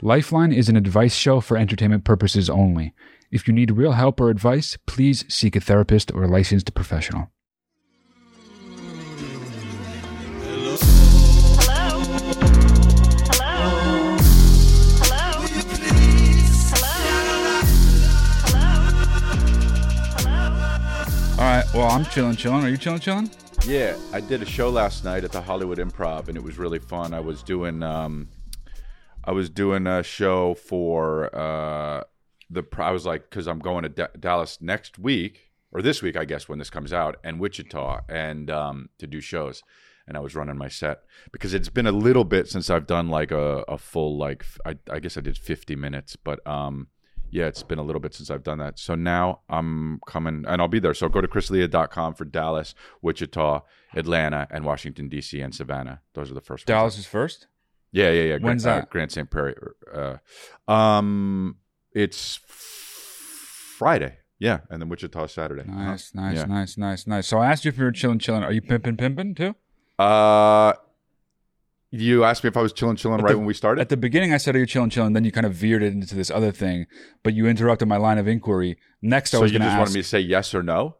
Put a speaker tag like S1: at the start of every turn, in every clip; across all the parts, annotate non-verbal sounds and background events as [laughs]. S1: Lifeline is an advice show for entertainment purposes only. If you need real help or advice, please seek a therapist or licensed professional.
S2: Hello? Hello? Hello? Hello?
S1: All right, well, I'm chilling, chilling. Are you chilling, chilling?
S3: Yeah, I did a show last night at the Hollywood Improv, and it was really fun. I was doing, um, I was doing a show for uh, the. pro- I was like, because I'm going to D- Dallas next week or this week, I guess, when this comes out, and Wichita, and um, to do shows. And I was running my set because it's been a little bit since I've done like a, a full like f- I, I guess I did 50 minutes, but um, yeah, it's been a little bit since I've done that. So now I'm coming and I'll be there. So go to chrislea.com for Dallas, Wichita, Atlanta, and Washington, D.C., and Savannah. Those are the first ones.
S1: is first.
S3: Yeah, yeah, yeah. Grand-
S1: When's
S3: uh,
S1: that?
S3: Grand St. Perry. Uh, um, it's f- Friday. Yeah. And then Wichita is Saturday. Uh-huh.
S1: Nice, nice,
S3: Yeah.
S1: nice, nice, nice. So I asked you if you were chilling, chilling. Are you pimping, pimping too?
S3: Uh, you asked me if I was chilling, chilling
S1: At
S3: right
S1: the-
S3: when we started.
S1: At the beginning, I said, "Are you chilling, chilling?" Then you kind of veered it into this other thing, but you interrupted my line of inquiry. Next, I
S3: so
S1: was
S3: you
S1: going to
S3: just
S1: ask.
S3: wanted me to say yes or no?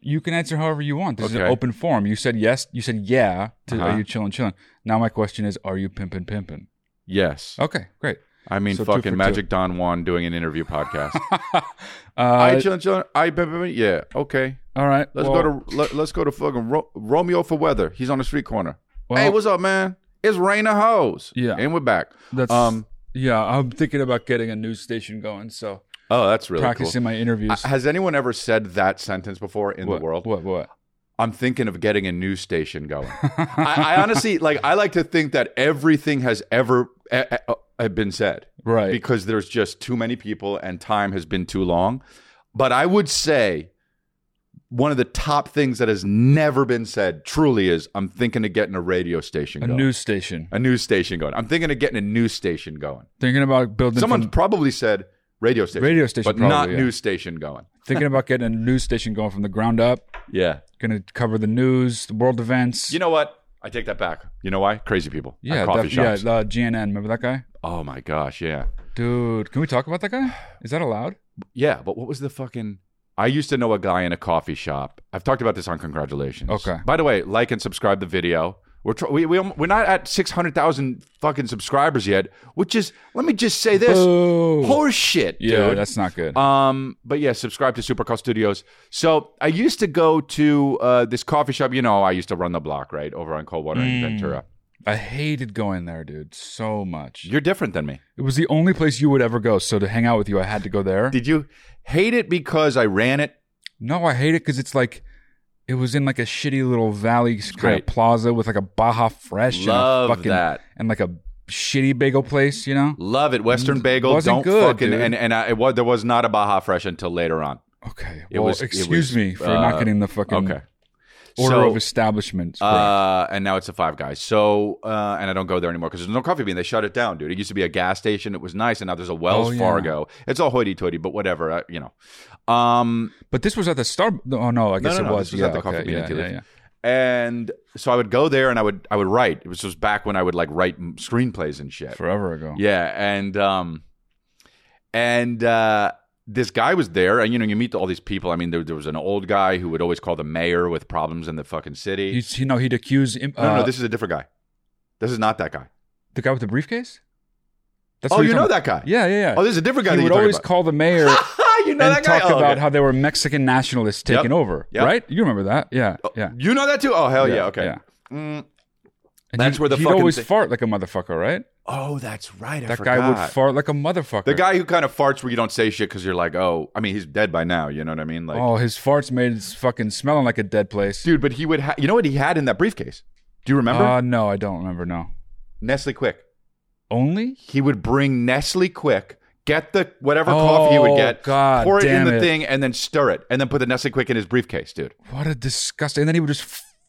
S1: you can answer however you want. This is an
S3: Okay.
S1: open forum. You said yes. You said yeah. To,
S3: Uh-huh.
S1: Are you chilling, chilling? Now my question is, are you pimping, pimping?
S3: Yes.
S1: Okay, great.
S3: I mean,
S1: So two for two.
S3: fucking Magic Don Juan doing an interview
S1: [laughs]
S3: podcast. I
S1: Uh,
S3: chilling, chilling. I blah, blah, blah. yeah. Okay.
S1: all right.
S3: Let's
S1: well,
S3: go to let, let's go to fucking Ro- Romeo for weather. He's on the street corner.
S1: Well-
S3: hey, what's up, man? It's rain of hoes.
S1: Yeah.
S3: and we're back.
S1: That's
S3: um.
S1: yeah. I'm thinking about getting a news station going, so
S3: Oh, that's really
S1: practicing my
S3: cool. Uh,
S1: interviews.
S3: Has anyone ever said that sentence before in
S1: what,
S3: the world?
S1: What? What?
S3: I'm thinking of getting a news
S1: [laughs]
S3: station going. I, I honestly like. I like to think that everything has ever eh, eh, uh, have been said,
S1: Right.
S3: Because there's just too many people and time has been too long. But I would say one of the top things that has never been said truly is I'm thinking of getting a radio station
S1: a
S3: going.
S1: news station.
S3: a news station going. I'm thinking of getting a news station going.
S1: Thinking about building.
S3: Someone
S1: from-
S3: probably said radio station,
S1: Radio station
S3: but
S1: probably,
S3: not
S1: yeah.
S3: news station going.
S1: thinking about getting a news station going from the ground up.
S3: Yeah.
S1: Going to cover the news, the world events.
S3: [laughs] You know what? I take that back. You know why? Crazy people. at
S1: yeah,
S3: coffee
S1: the, yeah. uh,
S3: shops.
S1: The GNN. Remember that guy?
S3: oh my gosh. Yeah.
S1: Dude, can we talk about that guy? Is that allowed?
S3: Yeah. But what was the fucking? I used to know a guy in a coffee shop. I've talked about this on Congratulations.
S1: Okay.
S3: By the way, like and subscribe the video. We're tr- we, we alm- we're not at six hundred thousand fucking subscribers yet, which is let me just say this
S1: Boo.
S3: horse shit, dude.
S1: Yeah, that's not good.
S3: Um, but yeah, subscribe to Supercall Studios. So I used to go to uh, this coffee shop. You know, I used to run the block right over on Coldwater and
S1: Mm.
S3: Ventura.
S1: I hated going there, dude, so much.
S3: You're different than me.
S1: It was the only place you would ever go, so to hang out with you, I had to go there.
S3: Did you hate it because I ran it?
S1: No, I hate it because it's like it was in like a shitty little valley kind
S3: great.
S1: of plaza with like a Baja Fresh
S3: Love
S1: and a fucking
S3: that.
S1: and like a shitty bagel place, you know?
S3: Love it, Western Bagel.
S1: Mm, wasn't
S3: Don't
S1: good,
S3: fucking
S1: dude.
S3: and and I, it was, there was not a Baja Fresh until later on.
S1: Okay.
S3: It
S1: well,
S3: was- it
S1: excuse
S3: was,
S1: me for
S3: uh,
S1: not getting the fucking
S3: Okay,
S1: order
S3: So,
S1: of establishment.
S3: Uh, and now it's a Five Guys. So uh, and I don't go there anymore because there's no coffee bean. They shut it down, dude. It used to be a gas station. It was nice, and now there's a Wells
S1: Oh, yeah.
S3: Fargo. It's all hoity-toity, but whatever. I, you know. Um,
S1: but this was at the Star Oh no, I guess
S3: no,
S1: it
S3: no,
S1: was.
S3: this was
S1: yeah,
S3: at the
S1: okay,
S3: coffee bean
S1: yeah,
S3: and tea
S1: yeah,
S3: leaf.
S1: yeah.
S3: and so I would go there and I would I would write. It was just back when I would like write m- screenplays and shit.
S1: Forever ago.
S3: Yeah, and um, and uh, this guy was there, and you know you meet all these people. I mean, there, there was an old guy who would always call the mayor with problems in the fucking city.
S1: He's, you know, he'd accuse him,
S3: no, no,
S1: uh,
S3: no, this is a different guy. This is not that guy.
S1: the guy with the briefcase. That's
S3: Oh,
S1: what
S3: you
S1: you're
S3: know
S1: talking
S3: that guy?
S1: about. Yeah, yeah, yeah.
S3: Oh, this is a different guy.
S1: He
S3: that
S1: would
S3: you're
S1: always
S3: talking
S1: call the mayor
S3: about. [laughs] you know
S1: and
S3: that guy.
S1: talk
S3: Oh,
S1: about
S3: okay.
S1: how they were Mexican nationalists taking
S3: Yep.
S1: over,
S3: Yep.
S1: right? You remember that? Yeah, yeah.
S3: you know that too. Oh hell yeah. okay.
S1: yeah.
S3: Mm.
S1: And
S3: That's
S1: he'd-
S3: where the
S1: he'd
S3: fucking
S1: always
S3: thing-
S1: fart like a motherfucker, right?
S3: Oh, that's right. I
S1: That
S3: forgot.
S1: guy would fart like a motherfucker.
S3: The guy who kind of farts where you don't say shit because you're like, oh, I mean, he's dead by now. You know what I mean? Like,
S1: oh, his farts made his fucking smelling like a dead place.
S3: dude, but he would. Ha- you know what he had in that briefcase? Do you remember?
S1: uh, no, I don't remember. No,
S3: Nestle Quick.
S1: only
S3: He would bring Nestle Quick Get the whatever coffee you would
S1: Oh,
S3: get,
S1: God
S3: pour it in
S1: damn
S3: the
S1: it.
S3: thing, and then stir it, and then put the Nestle Quick in his briefcase, dude.
S1: [laughs] What a disgusting. And then he would just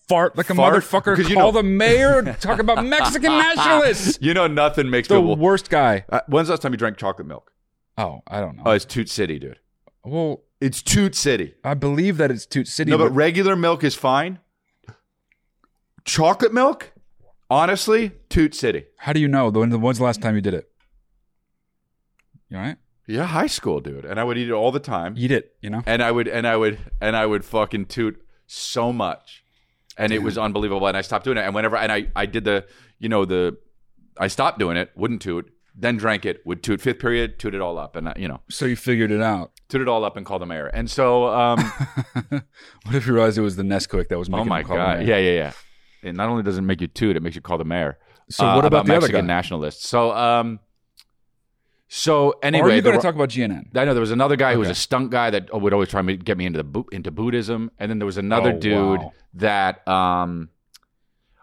S1: fart like a
S3: Fart?
S1: motherfucker, call
S3: Because you know-
S1: the mayor, and talk
S3: [laughs]
S1: about Mexican nationalists.
S3: You know, nothing makes
S1: The
S3: people.
S1: worst guy.
S3: Uh, when's the last time you drank chocolate milk?
S1: Oh, I don't know.
S3: Oh, it's Toot City, dude.
S1: well,
S3: It's Toot City.
S1: I believe that it's Toot City.
S3: No, but
S1: but
S3: regular milk is fine. Chocolate milk, honestly, Toot City.
S1: how do you know? The when- when's the last time you did it? [laughs] You all right?
S3: Yeah, high school, dude. And I would eat it all the time.
S1: Eat it, you know?
S3: and I would and I would and I would fucking toot so much, and it was unbelievable. And I stopped doing it. And whenever and I I did the you know the I stopped doing it, wouldn't toot, then drank it, would toot fifth period, toot it all up, and I, you know
S1: So you figured it out.
S3: toot it all up and call the mayor. And
S1: [laughs]
S3: so um
S1: What if you realized it was the Nesquik that was making
S3: oh my
S1: him call
S3: god,
S1: him
S3: yeah yeah yeah. It not only does not make you toot, it makes you call the mayor. Uh,
S1: So what about the other
S3: Mexican
S1: guy?
S3: nationalists? So um
S1: Or
S3: so
S1: are
S3: anyway,
S1: you
S3: the
S1: going
S3: Ro-
S1: to talk about GNN?
S3: I know there was another guy who was
S1: Okay.
S3: a stunt guy that uh, would always try to get me into the Bu- into Buddhism, and then there was another
S1: Oh,
S3: dude
S1: wow.
S3: that um,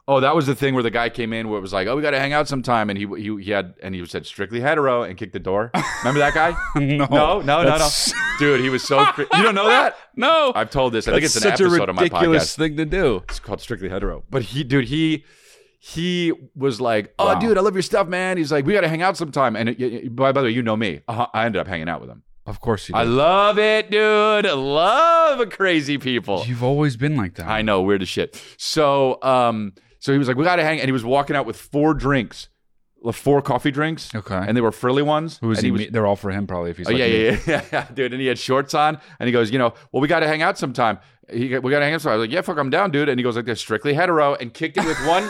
S3: oh, that was the thing where the guy came in where it was like, oh, we got to hang out sometime, and he he, he had and he said strictly hetero and kicked the door. Remember that guy?
S1: [laughs] no,
S3: no, no, no, no,
S1: that's-
S3: dude, he was so cr- you don't know that?
S1: [laughs] no.
S3: I've told this. I think
S1: That's
S3: it's an
S1: such a
S3: episode of my
S1: ridiculous
S3: podcast.
S1: thing to do.
S3: It's called Strictly Hetero. But he, dude, he he was like, "Oh,
S1: Wow.
S3: dude, I love your stuff, man." He's like, "We got to hang out sometime." And it, it- by, by the way, you know me. Uh, I ended up hanging out with him.
S1: Of course you
S3: I
S1: do.
S3: love it, dude. I Love crazy people.
S1: You've always been like that.
S3: I know, weird as shit. So, um, so he was like, "We got to hang," and he was walking out with four drinks, like four coffee drinks,
S1: Okay.
S3: and they were frilly ones.
S1: Who is
S3: and
S1: he? me- They're all for him, probably. If he's
S3: Oh
S1: like
S3: yeah,
S1: me.
S3: yeah, [laughs] yeah, yeah, dude. And he had shorts on, and he goes, you know, well, we got to hang out sometime. He, we got to hang out sometime. I was like, yeah, fuck, I'm down, dude. And he goes like, they're strictly hetero, and kicked it with
S1: [laughs]
S3: one.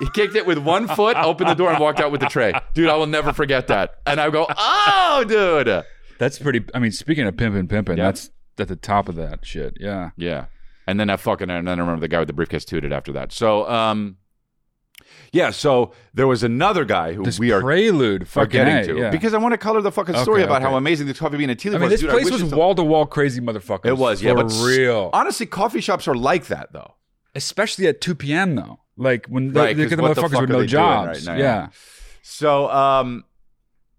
S3: he kicked it with one foot, opened the door, and walked out with the tray, dude. I will never forget that. And I go, oh, dude.
S1: That's pretty. I mean, speaking of pimping, pimping,
S3: Yeah.
S1: that's at the top of that shit. Yeah.
S3: Yeah. And then I fucking and then I remember the guy with the briefcase tooted after that. So um yeah, so there was another guy who
S1: This
S3: we are
S1: prelude,
S3: are
S1: fucking
S3: getting
S1: A,
S3: to
S1: yeah.
S3: because I want to color the fucking story
S1: Okay,
S3: about
S1: okay.
S3: how amazing this coffee bean and tea leaf
S1: I mean, this
S3: was. Dude, I
S1: place
S3: wish
S1: was
S3: it's-
S1: wall to wall crazy motherfuckers.
S3: It was, yeah,
S1: for
S3: but s-
S1: real.
S3: Honestly, coffee shops are like that though.
S1: Especially at 2 p.m. though, like when
S3: Right,
S1: they,
S3: 'cause
S1: get the
S3: what the
S1: motherfuckers
S3: fuck
S1: with
S3: are
S1: no
S3: they doing right
S1: jobs.
S3: now?
S1: yeah.
S3: So um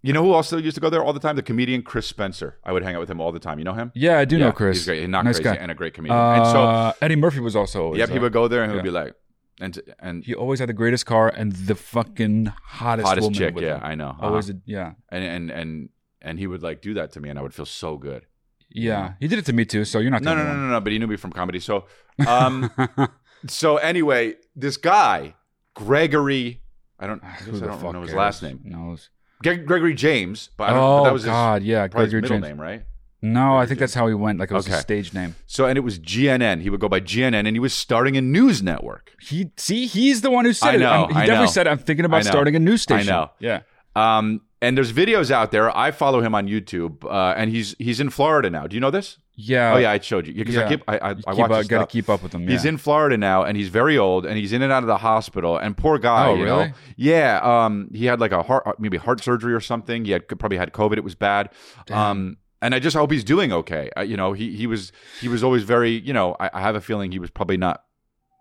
S3: you know who also used to go there all the time? The comedian Chris Spencer. I would hang out with him all the time. You know him?
S1: yeah, I do know Chris.
S3: He's great. Not
S1: nice
S3: crazy
S1: guy.
S3: and a great comedian. and so
S1: Uh, Eddie Murphy was also. Always
S3: yeah, he
S1: there.
S3: would go there and he
S1: yeah.
S3: would be like and and
S1: He always had the greatest car and the fucking hottest,
S3: hottest
S1: woman
S3: chick,
S1: with
S3: yeah,
S1: him.
S3: I know.
S1: Always,
S3: Uh-huh.
S1: a, yeah,
S3: and and and and he would like do that to me and I would feel so good.
S1: yeah. He did it to me too, so you're not.
S3: No,
S1: the
S3: no,
S1: only
S3: no,
S1: one.
S3: no, no. But he knew me from comedy. So, um,
S1: [laughs]
S3: so anyway, this guy, Gregory, I don't, I,
S1: Ah, Who
S3: guess I
S1: the
S3: don't
S1: fuck
S3: know his
S1: cares?
S3: last name.
S1: Knows.
S3: Gre- Gregory James, but I don't
S1: oh
S3: but that was
S1: God, yeah,
S3: his probably his
S1: Gregory
S3: middle
S1: James.
S3: name, right?
S1: No, I think that's how he went. Like it was
S3: Okay.
S1: his stage name.
S3: So, and it was GNN. He would go by GNN, and he was starting a news network.
S1: He see, he's the one who said
S3: I know,
S1: it. I'm- He
S3: I
S1: definitely
S3: know.
S1: said, "I'm thinking
S3: I
S1: about
S3: know.
S1: starting a news
S3: I
S1: station."
S3: know.
S1: Yeah.
S3: Um, and there's videos out there. I follow him on YouTube, uh, and he's he's in Florida now. Do you know this?
S1: Yeah.
S3: oh yeah, I showed you because
S1: yeah.
S3: I keep I I,
S1: You
S3: I
S1: keep
S3: watch
S1: up-
S3: his
S1: gotta
S3: stuff.
S1: keep up with him,
S3: He's
S1: yeah.
S3: in Florida now, and he's very old, and he's in and out of the hospital. And poor guy,
S1: Oh,
S3: you
S1: really?
S3: know, yeah, um, he had like a heart maybe heart surgery or something. He had probably had COVID. It was bad. Um, and I just hope he's doing okay. Uh, you know, he he was he was always very you know I, I have a feeling he was probably not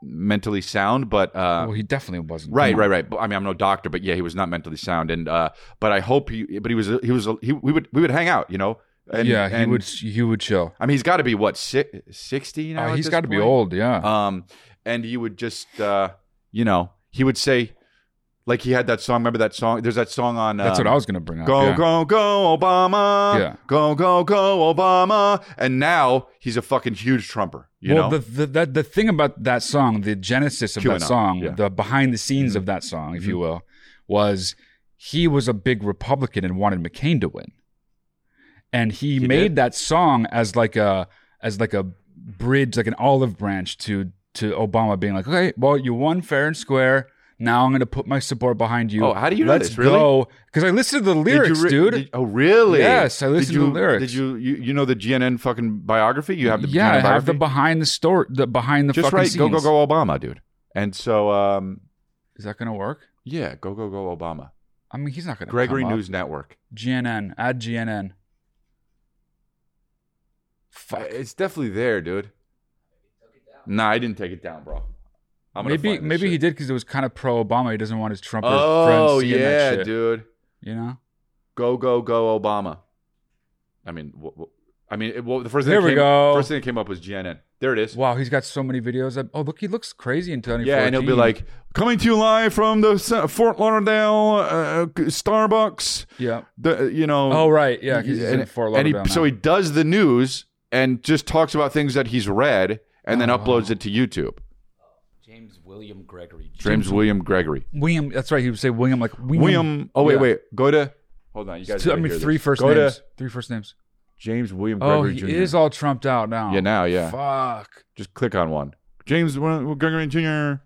S3: mentally sound, but uh,
S1: Well, he definitely wasn't.
S3: Right,
S1: Come
S3: right,
S1: on.
S3: right. But, I mean, I'm no doctor, but yeah, he was not mentally sound, and uh, but I hope he, but he was, he was, he, we would, we would hang out, you know. And,
S1: yeah, he
S3: and-
S1: would. He would chill.
S3: I mean, he's got to be what si- sixty now.
S1: Oh,
S3: at
S1: he's
S3: this
S1: got to be
S3: point?
S1: old. Yeah.
S3: Um, and he would just, uh, you know, he would say, like he had that song. Remember that song? There's that song on.
S1: That's
S3: um,
S1: what I was gonna bring up.
S3: Go
S1: yeah.
S3: go go Obama!
S1: Yeah.
S3: Go go go Obama! And now he's a fucking huge trumper. You
S1: well,
S3: know.
S1: the, the that the thing about that song, the genesis of that
S3: QAnon,
S1: song,
S3: yeah. Mm-hmm.
S1: the behind the scenes of that song, if you will, was he was a big Republican and wanted McCain to win, and he,
S3: He
S1: made
S3: did.
S1: that song as like a as like a bridge, like an olive branch to to Obama being like, okay, well, you won fair and square. Now I'm going to put my support behind you.
S3: Oh, how do you know
S1: Let's
S3: this, really?
S1: go because I listened to the
S3: Did you
S1: lyrics,
S3: re-
S1: dude.
S3: did- oh, really?
S1: Yes, I listened
S3: did you,
S1: to the lyrics.
S3: Did you, you you know the GNN fucking biography? You have the
S1: yeah, I
S3: GNN
S1: have the
S3: biography?
S1: behind the store, the behind the
S3: just
S1: fucking
S3: right. Go go
S1: scenes.
S3: go Obama, dude. And so um,
S1: Is that going to work?
S3: yeah, go go go Obama.
S1: I mean, he's not going to.
S3: Gregory
S1: come up.
S3: News Network.
S1: GNN at GNN.
S3: Uh, It's definitely there, dude. Nah, I didn't take it down, bro. I'm gonna
S1: maybe
S3: find this
S1: maybe he
S3: shit.
S1: did because it was kind of pro Obama. He doesn't want his Trump or
S3: Oh
S1: friends seeing
S3: yeah,
S1: that shit.
S3: dude.
S1: You know,
S3: Go go go Obama. I mean, wh- wh- I mean, it, well, the first thing
S1: There
S3: that
S1: we
S3: came,
S1: go.
S3: First thing that came up was JNN. There it is.
S1: Wow, he's got so many videos. That, oh, look, he looks crazy in 2014.
S3: Yeah, and it'll be like coming to you live from the Sa- Fort Lauderdale uh, Starbucks.
S1: yeah.
S3: The you know.
S1: Oh, right. Yeah, 'cause he's in Fort
S3: and he,
S1: Lauderdale
S3: so
S1: now.
S3: he does the news and just talks about things that he's read and
S1: Oh,
S3: then uploads it to YouTube.
S2: James William Gregory.
S3: James William Gregory.
S1: William. That's right. He would say William like William.
S3: William. Oh wait,
S1: Yeah.
S3: wait. Go to. Hold on, you guys.
S1: Two- I
S3: gotta
S1: mean,
S3: hear
S1: three
S3: this.
S1: first
S3: Go
S1: names.
S3: to
S1: Three first names.
S3: James William
S1: Oh,
S3: Gregory
S1: he
S3: Jr.
S1: is all trumped out now.
S3: Yeah, now, yeah.
S1: Fuck.
S3: Just click on one. James Wil- Gregory Jr.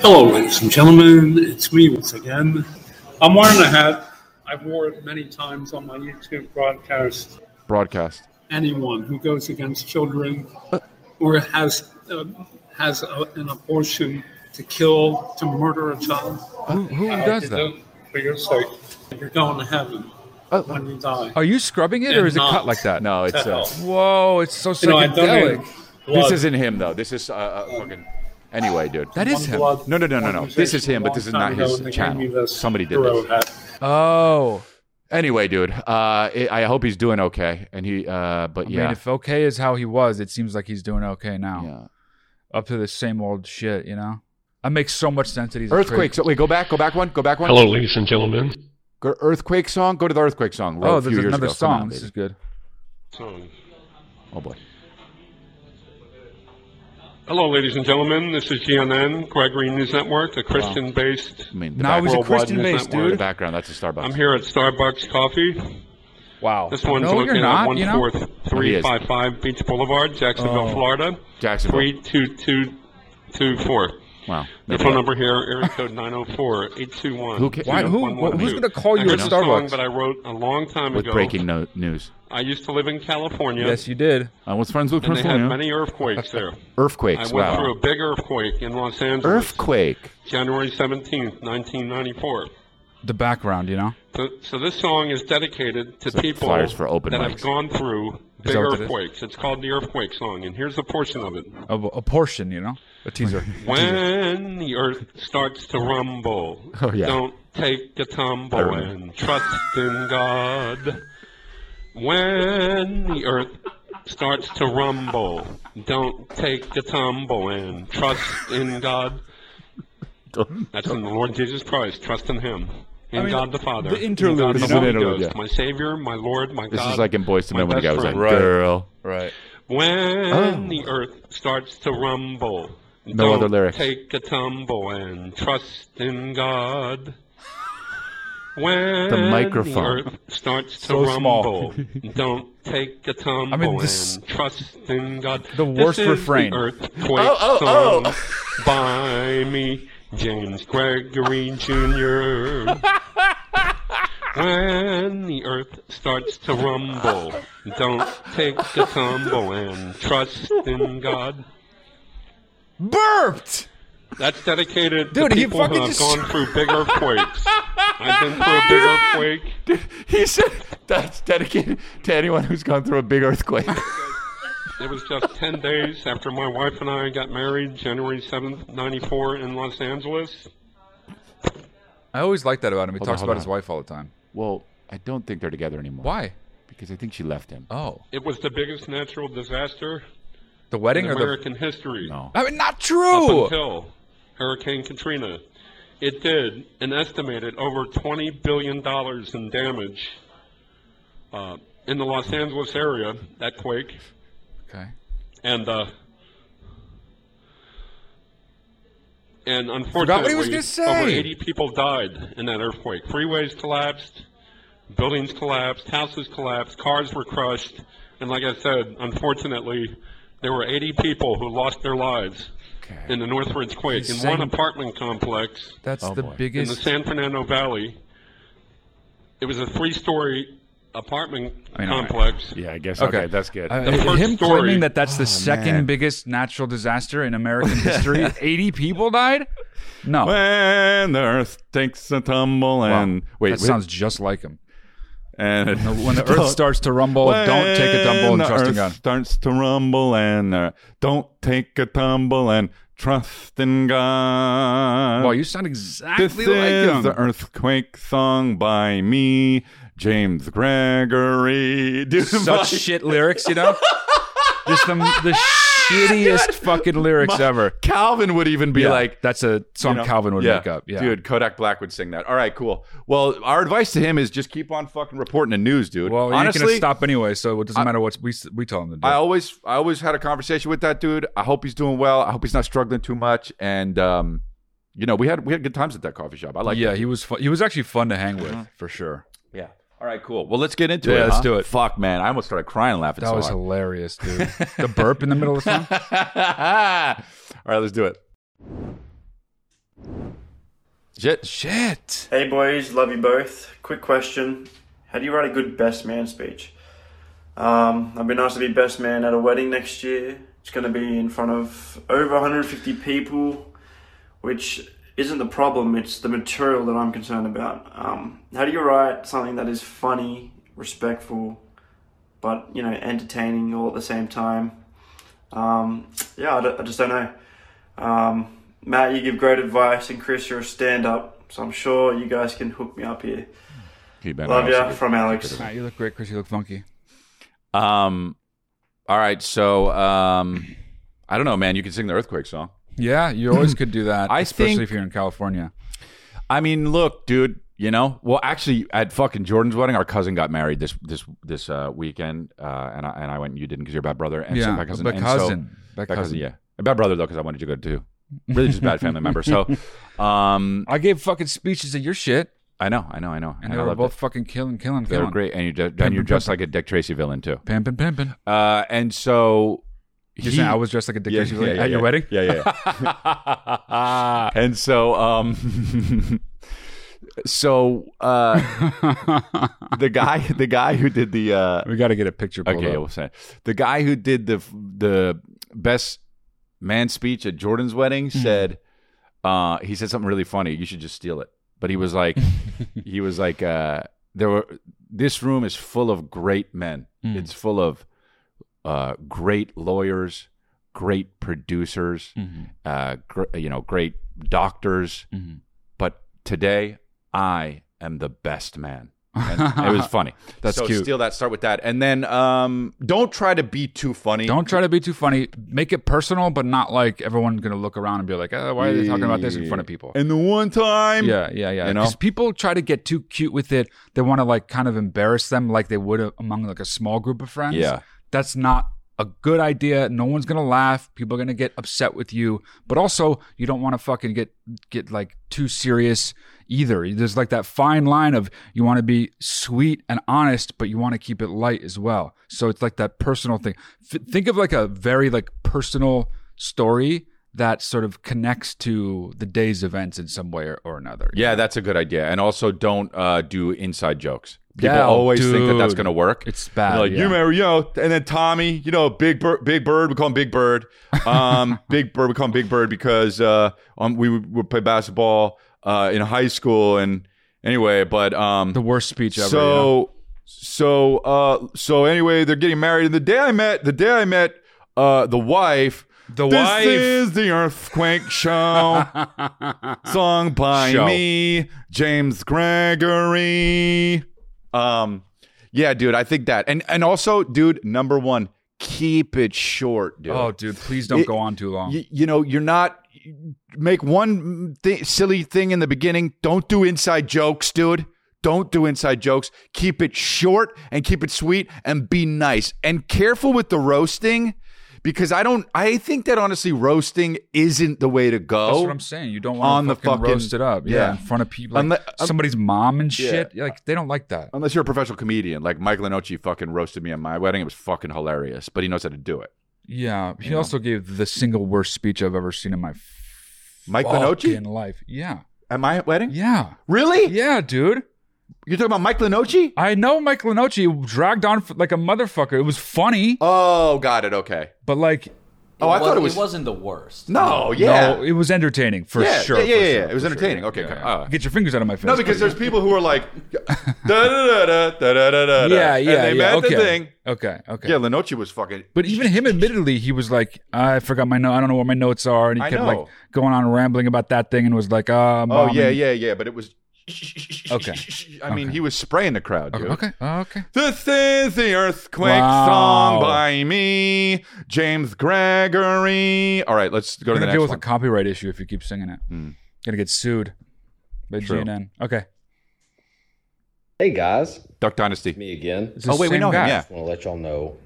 S4: Hello, ladies and gentlemen. It's me once again. I'm wearing a hat. I've worn it many times on my YouTube broadcast.
S3: Broadcast.
S4: Anyone who goes against children or has uh, has a, an abortion to kill, to murder a child,
S1: Who, who
S4: I hope
S1: does
S4: you
S1: that?
S4: don't, for your sake, you're going to heaven
S1: Uh,
S4: when you die.
S1: Are you scrubbing it or is it
S4: Not.
S1: cut like that?
S3: No, it's. Uh,
S1: Whoa, it's so
S4: you know, I
S1: psychedelic.
S4: donate blood.
S3: this isn't him though. This is uh, uh, fucking. Anyway, dude.
S1: that is
S4: One
S1: him.
S4: blood
S3: No, no, no, no, no. This is him, but this is
S4: Long time
S3: not
S4: ago,
S3: his
S4: and they gave
S3: channel.
S4: me this
S3: Somebody did
S4: Duro
S3: this.
S4: hat.
S1: Oh,
S3: Anyway, dude. Uh, it, I hope he's doing okay. And he. Uh, but
S1: I
S3: yeah.
S1: mean, if okay is how he was, it seems like he's doing okay now.
S3: yeah.
S1: Up to the same old shit, you know. That makes so much sense that he's a
S3: Earthquake. So wait, go back. Go back one. Go back one.
S5: Hello, ladies and gentlemen.
S3: Go, earthquake song. Go to the earthquake song.
S1: freak.
S3: wrote
S1: Oh,
S3: a few
S1: there's
S3: years
S1: another
S3: ago. Come
S1: song.
S3: on,
S1: this
S3: baby.
S1: is good.
S3: Oh boy.
S5: Hello, ladies and gentlemen. This is GNN, Gregory News Network, a Christian-based.
S3: I mean, the
S1: Now
S3: back-
S1: he's a
S5: Worldwide
S1: Christian
S5: News
S1: based
S5: Network.
S3: the
S1: dude.
S3: background. That's a Starbucks.
S5: I'm here at Starbucks Coffee.
S1: Wow.
S5: This one's
S1: no, you're
S5: located
S1: not.
S5: at
S1: you know. Oh.
S5: 14355 Beach Boulevard, Jacksonville, Florida,
S3: Jacksonville.
S5: 32224.
S3: Wow.
S5: The phone number
S3: [laughs]
S5: here, area code 904 821.
S3: Who ca-
S1: Why- who- who's gonna call you
S5: I
S1: at
S5: heard the song
S1: Starbucks?
S5: that I wrote a long time
S3: With
S5: ago.
S3: breaking no- news.
S5: I used to live in California.
S1: Yes, you did.
S3: I was friends with
S5: and they had
S3: California.
S5: many earthquakes there. I
S3: [laughs] Earthquakes.
S5: went
S3: Wow.
S5: through a big earthquake in Los Angeles.
S3: Earthquake.
S5: January 17th, 1994.
S1: The background, you know.
S5: So, so this song is dedicated to
S3: So
S5: people
S3: flyers for open
S5: that
S3: mics.
S5: have gone through big
S1: that what it is?
S5: earthquakes. it's called the Earthquake Song, and here's a portion of it.
S1: A, a portion, you know. A
S3: [laughs]
S1: teaser.
S5: When the earth starts to rumble,
S3: Oh, yeah.
S5: don't take a tumble
S3: I remember.
S5: and trust in God. When the earth starts to rumble, don't take a tumble and trust in God. That's in the Lord Jesus Christ. Trust in Him. In
S1: I mean,
S5: God the Father.
S1: the
S5: in
S1: interlude.
S5: God the
S3: This is an
S5: Holy
S3: interlude,
S5: Ghost,
S3: yeah.
S5: My Savior, my Lord, my
S3: This
S5: God.
S3: is like in Boys to
S5: my
S3: Men when the
S5: best
S3: guy was like,
S5: friend.
S3: girl.
S1: right.
S5: When
S3: Oh.
S5: the earth starts to rumble,
S3: No
S5: don't
S3: other lyrics.
S5: Take a tumble and trust in God. When
S3: [laughs] The microphone.
S5: earth starts to
S1: So small.
S5: rumble,
S1: [laughs]
S5: don't take a tumble
S1: this-
S5: and trust in God.
S1: the
S5: This
S1: worst
S5: is
S1: refrain.
S5: The earthquake
S3: Oh, oh, oh.
S5: song by me, James Gregory Jr. When the earth starts to rumble, don't take the tumble and trust in God.
S1: Burped.
S5: That's dedicated
S1: Dude,
S5: to
S1: he
S5: people who
S1: fucking
S5: have
S1: just-
S5: gone through big
S3: [laughs]
S5: earthquakes. I've been through a big earthquake.
S3: He said that's dedicated to anyone who's gone through a
S1: [laughs]
S3: big earthquake.
S5: It was just 10 days after my wife and I got married, January 7th, 94, in Los Angeles.
S1: I always like that about him. He
S3: Hold on,
S1: talks
S3: hold
S1: about
S3: on.
S1: his wife all the time.
S3: well, I don't think they're together anymore.
S1: Why?
S3: Because I think she left him.
S1: Oh,
S5: It was the biggest natural disaster
S1: the
S5: in
S1: wedding or the?
S5: American history.
S3: No.
S1: I mean, not
S5: up
S1: true.
S5: until Hurricane Katrina. It did an estimated over $20 billion in damage uh, in the Los Angeles area, that quake.
S1: Okay.
S5: And, uh, and unfortunately,
S1: Forgot what he was gonna say.
S5: over 80 people died in that earthquake. Freeways collapsed, buildings collapsed, houses collapsed, cars were crushed. And like I said, unfortunately, there were 80 people who lost their lives
S3: Okay.
S5: in the Northridge quake
S1: He's
S5: in one
S1: saying-
S5: apartment complex
S1: That's
S3: Oh,
S1: the
S3: boy.
S5: in the
S1: biggest.
S5: San Fernando Valley. It was a three-story apartment
S1: I know, right?
S5: complex.
S3: Yeah, I guess.
S1: Okay. Uh,
S5: first
S1: him
S5: story-
S1: claiming that that's the second
S3: Oh, man.
S1: biggest natural disaster
S3: [laughs]
S1: in American history. Eighty people died. No,
S3: When the earth takes a tumble
S1: Wow.
S3: and wait,
S1: that
S3: wait,
S1: sounds just like him.
S3: And [laughs]
S1: When the earth starts to rumble, don't take a tumble
S3: When
S1: and
S3: the
S1: trust in
S3: earth
S1: God.
S3: Starts to rumble and uh, don't take a tumble and trust in God.
S1: Wow, you sound exactly like
S3: is
S1: him.
S3: the earthquake song by me, James Gregory. Dude,
S1: Such
S3: [laughs] my-
S1: shit lyrics, you know? Just the, the [laughs] shittiest fucking lyrics ever.
S3: Calvin would even be
S1: Yeah,
S3: like,
S1: that's a song
S3: you know?
S1: Calvin would
S3: Yeah.
S1: make up. Yeah,
S3: dude, Kodak Black would sing that. All right, cool. Well, our advice to him is just keep on fucking reporting the news, dude.
S1: Well, you're not
S3: honestly,
S1: gonna Oh, stop anyway, so it doesn't matter what we s- we tell him to do.
S3: I always, I always had a conversation with that dude. I hope he's doing well. I hope he's not struggling too much. And um, you know, we had we had good times at that coffee shop. I like.
S1: yeah, he was fun. he was actually fun to hang with for sure.
S3: yeah. All right, cool. Well, let's get into it.
S1: Yeah, let's
S3: huh?
S1: do it.
S3: Fuck, man, I almost started crying laughing.
S1: That
S3: so
S1: was
S3: hard.
S1: hilarious,
S3: [laughs]
S1: dude. the burp in the middle of the song.
S3: All right, let's do it. Shit.
S1: Shit.
S6: Hey boys, love you both. Quick question: How do you write a good best man speech? Um, I've been asked to be best man at a wedding next year. It's going to be in front of over 150 people, which isn't the problem. It's the material that I'm concerned about. Um, how do you write something that is funny, respectful, but you know, entertaining all at the same time? Um, yeah, I, d- I just don't know. Um, Matt, you give great advice, and Chris, you're a stand-up, so I'm sure you guys can hook me up here. Love ya from Alex.
S1: All right, you look great, Chris. You look funky.
S3: Um, all right, so um, I don't know, man. You can sing the earthquake song.
S1: Yeah, you always could do [clears throat] that,
S3: I
S1: especially
S3: think-
S1: if you're in California.
S3: I mean, look, dude. You know, well, actually, at fucking Jordan's wedding, our cousin got married this this this uh, weekend, uh, and I and I went. and You didn't because you're a bad brother. And so
S1: yeah,
S3: my cousin,
S1: but
S3: and so-
S1: cousin, but
S3: bad cousin,
S1: cousin.
S3: yeah, a bad brother though, because I wanted you to go too. Really, just bad family
S1: [laughs]
S3: member. So, um,
S1: I gave fucking speeches at your shit,
S3: I know, I know, I know,
S1: and
S3: I
S1: they were
S3: loved
S1: both
S3: it.
S1: fucking killing, killing,
S3: They
S1: killing.
S3: were great, and you just, and you're just like a Dick Tracy villain too.
S1: Pimpin', pimpin'.
S3: Uh, and so
S1: You're
S3: he-
S1: saying I was dressed like a dick
S3: Yeah,
S1: Tracy
S3: yeah,
S1: villain
S3: yeah,
S1: at your
S3: yeah.
S1: wedding?
S3: Yeah, yeah.
S1: [laughs]
S3: yeah. and so, um, [laughs] so uh, the guy, the guy who did the uh,
S1: We got to get a picture. Pulled
S3: okay,
S1: up.
S3: we'll say the guy who did the the best man speech at Jordan's wedding
S1: Mm-hmm.
S3: said, uh, he said something really funny. You should just steal it. But he
S1: [laughs]
S3: was like, he was like, uh, there were this room is full of great men.
S1: Mm.
S3: It's full of uh, great lawyers, great producers,
S1: Mm-hmm.
S3: uh, gr- you know, great doctors. But today, I am the best man. And it
S1: [laughs]
S3: was funny.
S1: That's
S3: so
S1: cute.
S3: Steal that. Start with that, and then um, don't try to be too funny.
S1: Don't try to be too funny. Make it personal, but not like everyone's gonna look around and be like, oh, "Why are they talking about this in front of people?"
S3: And the one time,
S1: Yeah, yeah, yeah.
S3: You know?
S1: Because people try to get too cute with it. They want to like kind of embarrass them, like they would among like a small group of friends.
S3: Yeah.
S1: that's not a good idea. No one's gonna laugh. People are gonna get upset with you. But also, you don't want to fucking get get like too serious either. There's like that fine line of you want to be sweet and honest, but you want to keep it light as well. So it's like that personal thing. F- think of like a very like personal story that sort of connects to the day's events in some way or, or another.
S3: yeah, that's a good idea. And also, don't uh, do inside jokes. People
S1: Yeah,
S3: always think that that's
S1: dude.
S3: going to work.
S1: It's bad,
S3: They're like
S1: yeah.
S3: you remember, you know, and then Tommy, you know, Big Bird, Big Bird, we call him Big Bird.
S1: [laughs]
S3: Um, Big Bird, we call him Big Bird because uh, um, we would would play basketball uh, in high school, and anyway, but um,
S1: The worst speech ever. you know?
S3: So, so, uh, so anyway, they're getting married, and the day I met, the day I met, uh, the wife.
S1: The
S3: this
S1: wife."
S3: is the earthquake show
S1: [laughs]
S3: song by
S1: Show.
S3: me, James Gregory. Um, yeah, dude, I think that, and and also, dude, number one, keep it short, dude.
S1: oh, dude, please don't
S3: It-
S1: go on too long.
S3: Y- you know, you're not make one th- silly thing in the beginning. Don't do inside jokes, dude. Don't do inside jokes. Keep it short and keep it sweet and be nice and careful with the roasting because I don't. I think that honestly, roasting isn't the way to go.
S1: That's what I'm saying. You don't want
S3: on the
S1: to fucking,
S3: fucking-
S1: roast it up. Yeah,
S3: yeah.
S1: in front of people, like
S3: Unle- um,
S1: somebody's mom and shit. Like they don't like that.
S3: Unless you're a professional comedian, like Mike Lenoci fucking roasted me at my wedding. It was fucking hilarious, but he knows how to do it.
S1: Yeah, he
S3: know?
S1: also gave the single worst speech I've ever seen in my
S3: Mike
S1: fucking
S3: Lenoci
S1: life. Yeah,
S3: at my wedding?
S1: yeah,
S3: Really?
S1: yeah, dude.
S3: You're talking about Mike Lenoci?
S1: I know Mike Lenoci dragged on for, like a motherfucker. It was funny,
S3: Oh, got it. Okay.
S1: but like
S3: Oh, I
S2: wa-
S3: thought it was-
S2: wasn't the worst.
S3: No, yeah.
S1: No, it was entertaining for
S3: yeah,
S1: sure.
S3: yeah, yeah,
S1: for
S3: yeah,
S1: sure,
S3: It was
S1: for sure.
S3: entertaining. Okay,
S1: Yeah,
S3: okay.
S1: yeah.
S3: Uh,
S1: Get your fingers out of my face.
S3: no, because there's people who
S1: [laughs]
S3: are like, da da da da da da da da.
S1: yeah, yeah,
S3: and they
S1: yeah.
S3: met
S1: okay.
S3: the thing.
S1: Okay, okay.
S3: Yeah, Lenoci was fucking.
S1: But even him, admittedly, he was like, I forgot my note. I don't know where my notes are, and he
S3: I
S1: kept
S3: know.
S1: like going on rambling about that thing, and was like, um,
S3: Oh yeah, yeah, yeah. But it was.
S1: Okay.
S3: I mean, he was spraying the crowd, dude.
S1: Okay, oh, okay.
S3: This is the earthquake
S1: Wow.
S3: song by me, James Gregory. All right, let's go
S1: We're
S3: to the
S1: gonna
S3: next
S1: deal with
S3: one.
S1: a copyright issue if you keep singing it. Gonna get sued by
S3: Hmm. True.
S1: GNN. Okay.
S7: Hey guys,
S3: Duck Dynasty.
S7: me again.
S1: It's the
S3: Oh wait, we
S1: same
S3: know
S1: guy.
S3: him. Yeah.
S7: Just want to let y'all know.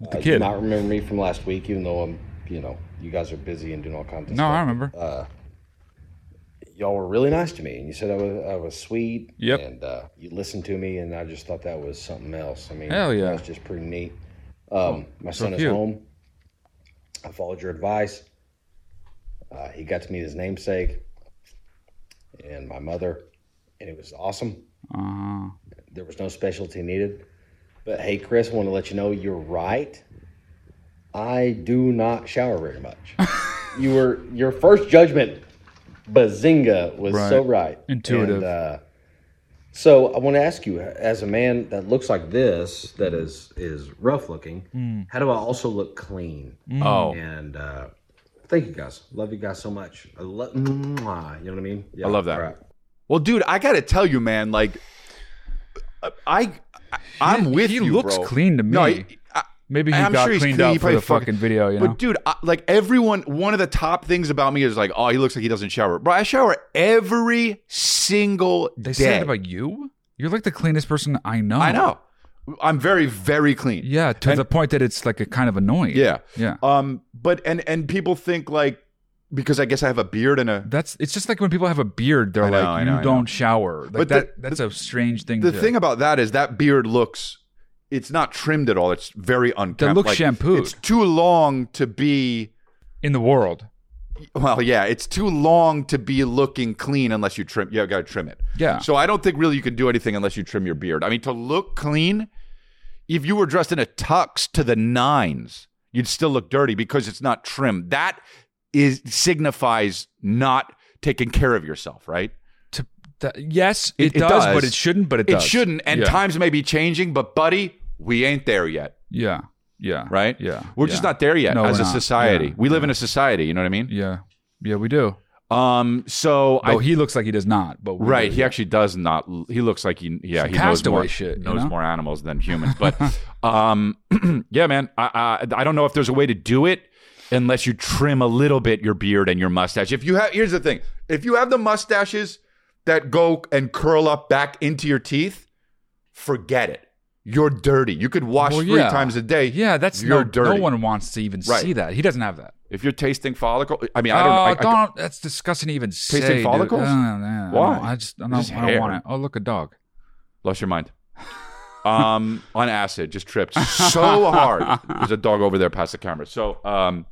S1: With the
S7: uh,
S1: kid.
S7: Do not remember me from last week, even though I'm, you know, you guys are busy and doing all kinds of
S1: No,
S7: stuff. Uh,
S1: I remember.
S7: Y'all were really nice to me, and you said I was, I was sweet.
S1: Yep.
S7: And uh, you listened to me, and I just thought that was something else. I mean,
S1: Hell yeah.
S7: that's just pretty neat. Um, my son
S1: Oh,
S7: is
S1: cute.
S7: home. I followed your advice. Uh, he got to meet his namesake and my mother, and it was awesome.
S1: Uh,
S7: There was no specialty needed. But hey, Chris, want to let you know you're right. I do not shower
S1: [laughs]
S7: very much. you were your first judgment, bazinga, was so
S1: Right.
S7: right.
S1: Intuitive.
S7: And, uh, so I want to ask you, as a man that looks like this, that is is rough looking,
S1: Mm-hmm.
S7: how do I also look clean?
S3: Oh,
S7: And uh, thank you guys, love you guys so much. I lo- Mwah. you know what I mean? Yeah.
S3: I love that.
S7: All right.
S3: Well, dude, I gotta tell you, man. Like, I, I I'm with
S1: he
S3: you.
S1: looks
S3: bro.
S1: clean to me.
S3: No, I, I,
S1: Maybe he
S3: I'm
S1: got
S3: sure he's
S1: cleaned
S3: clean. He
S1: up for
S3: probably
S1: the fucking video, you know?
S3: But dude, I, like everyone, one of the top things about me is like, oh, he looks like he doesn't shower. Bro, I shower every single
S1: they
S3: day.
S1: said that about you? You're like the cleanest person I know.
S3: I know. I'm very, very clean.
S1: Yeah, to
S3: And-
S1: the point that it's like a kind of annoying.
S3: Yeah.
S1: Yeah.
S3: Um, but and and people think like because I guess I have a beard and a
S1: That's it's just like when people have a beard, they're
S3: I know,
S1: like,
S3: I
S1: you
S3: know, I know.
S1: don't shower. Like
S3: But the-
S1: that that's a strange thing
S3: the
S1: to
S3: thing about that is that beard looks it's not trimmed at all. It's very unkempt.
S1: That looks
S3: Like,
S1: shampooed.
S3: It's too long to be
S1: in the world.
S3: well, yeah, it's too long to be looking clean unless you trim you gotta trim it.
S1: Yeah.
S3: So I don't think really you can do anything unless you trim your beard. I mean to look clean, if you were dressed in a tux to the nines, you'd still look dirty because it's not trimmed. That is signifies not taking care of yourself, right?
S1: to that, yes, it,
S3: it
S1: does,
S3: does.
S1: but it shouldn't. But it does.
S3: It shouldn't, and
S1: yeah.
S3: times may be changing, but buddy, we ain't there yet,
S1: Yeah, yeah,
S3: right?
S1: Yeah,
S3: We're
S1: yeah.
S3: just not there yet
S1: No,
S3: as
S1: we're
S3: a
S1: not.
S3: society.
S1: Yeah.
S3: We live in a society, you know what I mean?
S1: Yeah, yeah, we do.
S3: Um so
S1: Oh,
S3: I
S1: he looks like he does not. But we
S3: Right,
S1: do.
S3: he actually does not. He looks like he, yeah,
S1: Some
S3: he knows
S1: castaway
S3: more
S1: shit, you
S3: knows
S1: know?
S3: more animals
S1: [laughs]
S3: than humans. But, um, [clears throat] yeah, man, I, I I don't know if there's a way to do it unless you trim a little bit your beard and your mustache. If you have, here's the thing: if you have the mustaches that go and curl up back into your teeth, forget it. You're dirty. You could wash
S1: Well,
S3: three
S1: yeah.
S3: times a day.
S1: Yeah, that's
S3: you're
S1: no,
S3: dirty.
S1: no one wants to even
S3: Right.
S1: see that. He doesn't have that.
S3: If you're tasting follicle, I mean,
S1: oh,
S3: I don't. I, I-
S1: don't. that's disgusting. To even tasting say, dude.
S3: follicles?
S1: No, no, no, no.
S3: Why?
S1: I just I don't,
S3: It's just
S1: I don't
S3: hair.
S1: want it. Oh, look, a dog.
S3: Lost your mind. Um, [laughs] on acid, just tripped so hard. There's a dog over there past the camera. So, um,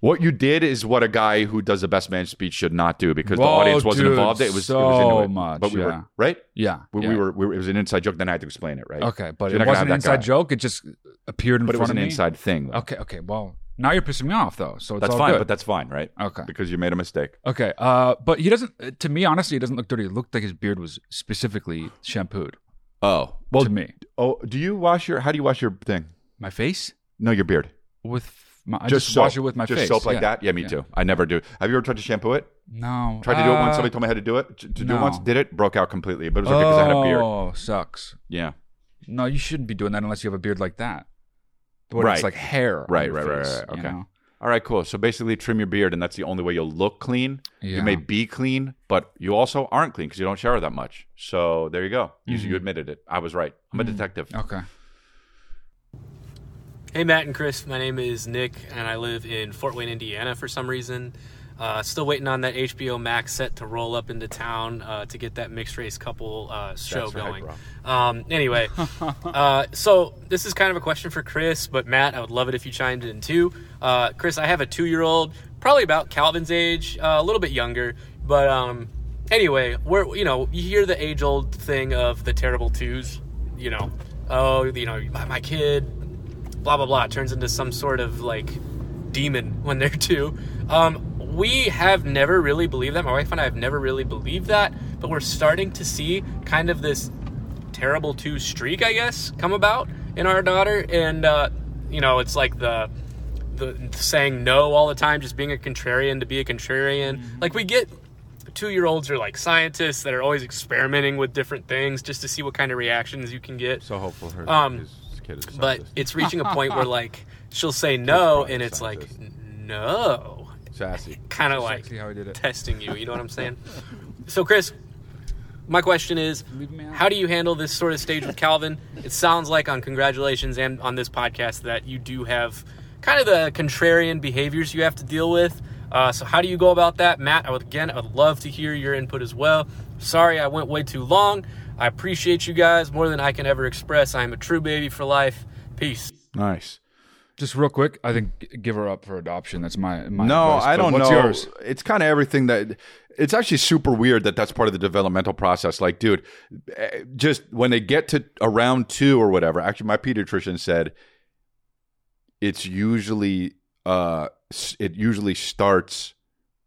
S3: what you did is what a guy who does the best man speech should not do because the
S1: Whoa,
S3: audience wasn't
S1: dude,
S3: involved. It was it was
S1: so
S3: into it.
S1: much,
S3: but we
S1: yeah.
S3: were right.
S1: Yeah,
S3: We,
S1: yeah.
S3: we, were, we were. It was an inside joke. Then I had to explain it. Right.
S1: okay, but
S3: So you're
S1: it
S3: not gonna
S1: wasn't an
S3: have that guy.
S1: inside joke. It just appeared in
S3: But it
S1: front
S3: was
S1: of
S3: an
S1: me.
S3: inside thing. though.
S1: Okay, okay. Well, now you're pissing me off though. So it's
S3: That's
S1: all
S3: fine.
S1: good.
S3: But that's fine, right?
S1: Okay.
S3: Because you made a mistake.
S1: Okay, uh, but he doesn't. To me, honestly, he doesn't look dirty. It looked like his beard was specifically shampooed.
S3: Oh well.
S1: to me,
S3: Oh, do you wash your? How do you wash your thing?
S1: my face
S3: No, your beard.
S1: with my, I
S3: just
S1: just,
S3: soap.
S1: wash it with my
S3: just
S1: face.
S3: soap like that. Yeah, me too. I never do. Have you ever tried to shampoo it?
S1: No,
S3: Tried to do it
S1: uh,
S3: once. Somebody told me how to do it. To to do it
S1: no.
S3: once, did it. Broke out completely, but it was okay because I had a beard.
S1: Oh, sucks.
S3: Yeah.
S1: No, you shouldn't be doing that unless you have a beard like that. Where
S3: Right.
S1: It's like hair. on
S3: Right,
S1: your
S3: right, right,
S1: face,
S3: right, right.
S1: you
S3: Okay.
S1: know?
S3: All right. Cool. So basically, trim your beard, and that's the only way you'll look clean. You
S1: Yeah.
S3: may be clean, but you also aren't clean because you don't shower that much. So there you go. You, you admitted it. I was right. I'm a detective.
S1: Mm-hmm. Mm. Okay.
S8: Hey, Matt and Chris. My name is Nick, and I live in Fort Wayne, Indiana for some reason. Uh, still waiting on that HBO Max set to roll up into town uh, to get that mixed race couple uh, show
S3: That's right,
S8: going. um, anyway,
S3: [laughs]
S8: uh, so this is kind of a question for Chris, but Matt, I would love it if you chimed in too. Uh, Chris, I have a two year old, probably about Calvin's age, uh, a little bit younger, but um, anyway, we're, you know, you hear the age old thing of the terrible twos, you know, oh, you know, my my kid blah blah blah turns into some sort of like demon when they're [laughs] two. Um, we have never really believed that. My wife and I have never really believed that, but we're starting to see kind of this terrible two streak, I guess, come about in our daughter. And uh, you know, it's like the the saying no all the time, just being a contrarian to be a contrarian. Like we get two year olds are like scientists that are always experimenting with different things just to see what kind of reactions you can get.
S3: So hopeful her
S8: Um,
S3: his kid is a
S8: but
S3: scientist.
S8: it's reaching a point
S3: [laughs]
S8: where like she'll say no,
S3: Kids
S8: and
S3: are
S8: it's like
S3: scientists.
S8: no,
S3: sassy.
S8: kind of like
S1: See how he did it.
S8: testing you. You know what I'm saying? So, Chris, my question is,
S1: me out.
S8: how do you handle this sort of stage with Calvin? It sounds like on congratulations and on this podcast that you do have kind of the contrarian behaviors you have to deal with. Uh, so, how do you go about that, Matt? I would again, I would love to hear your input as well. Sorry, I went way too long. I appreciate you guys more than I can ever express. I am a true baby for life. Peace.
S3: Nice.
S1: Just real quick, I think g- give her up for adoption. That's my my.
S3: No,
S1: advice.
S3: I
S1: But
S3: don't
S1: what's
S3: know.
S1: Yours?
S3: It's kind of everything that. It's actually super weird that that's part of the developmental process. Like, dude, eh, just when they get to around two or whatever. Actually, my pediatrician said it's usually uh s- it usually starts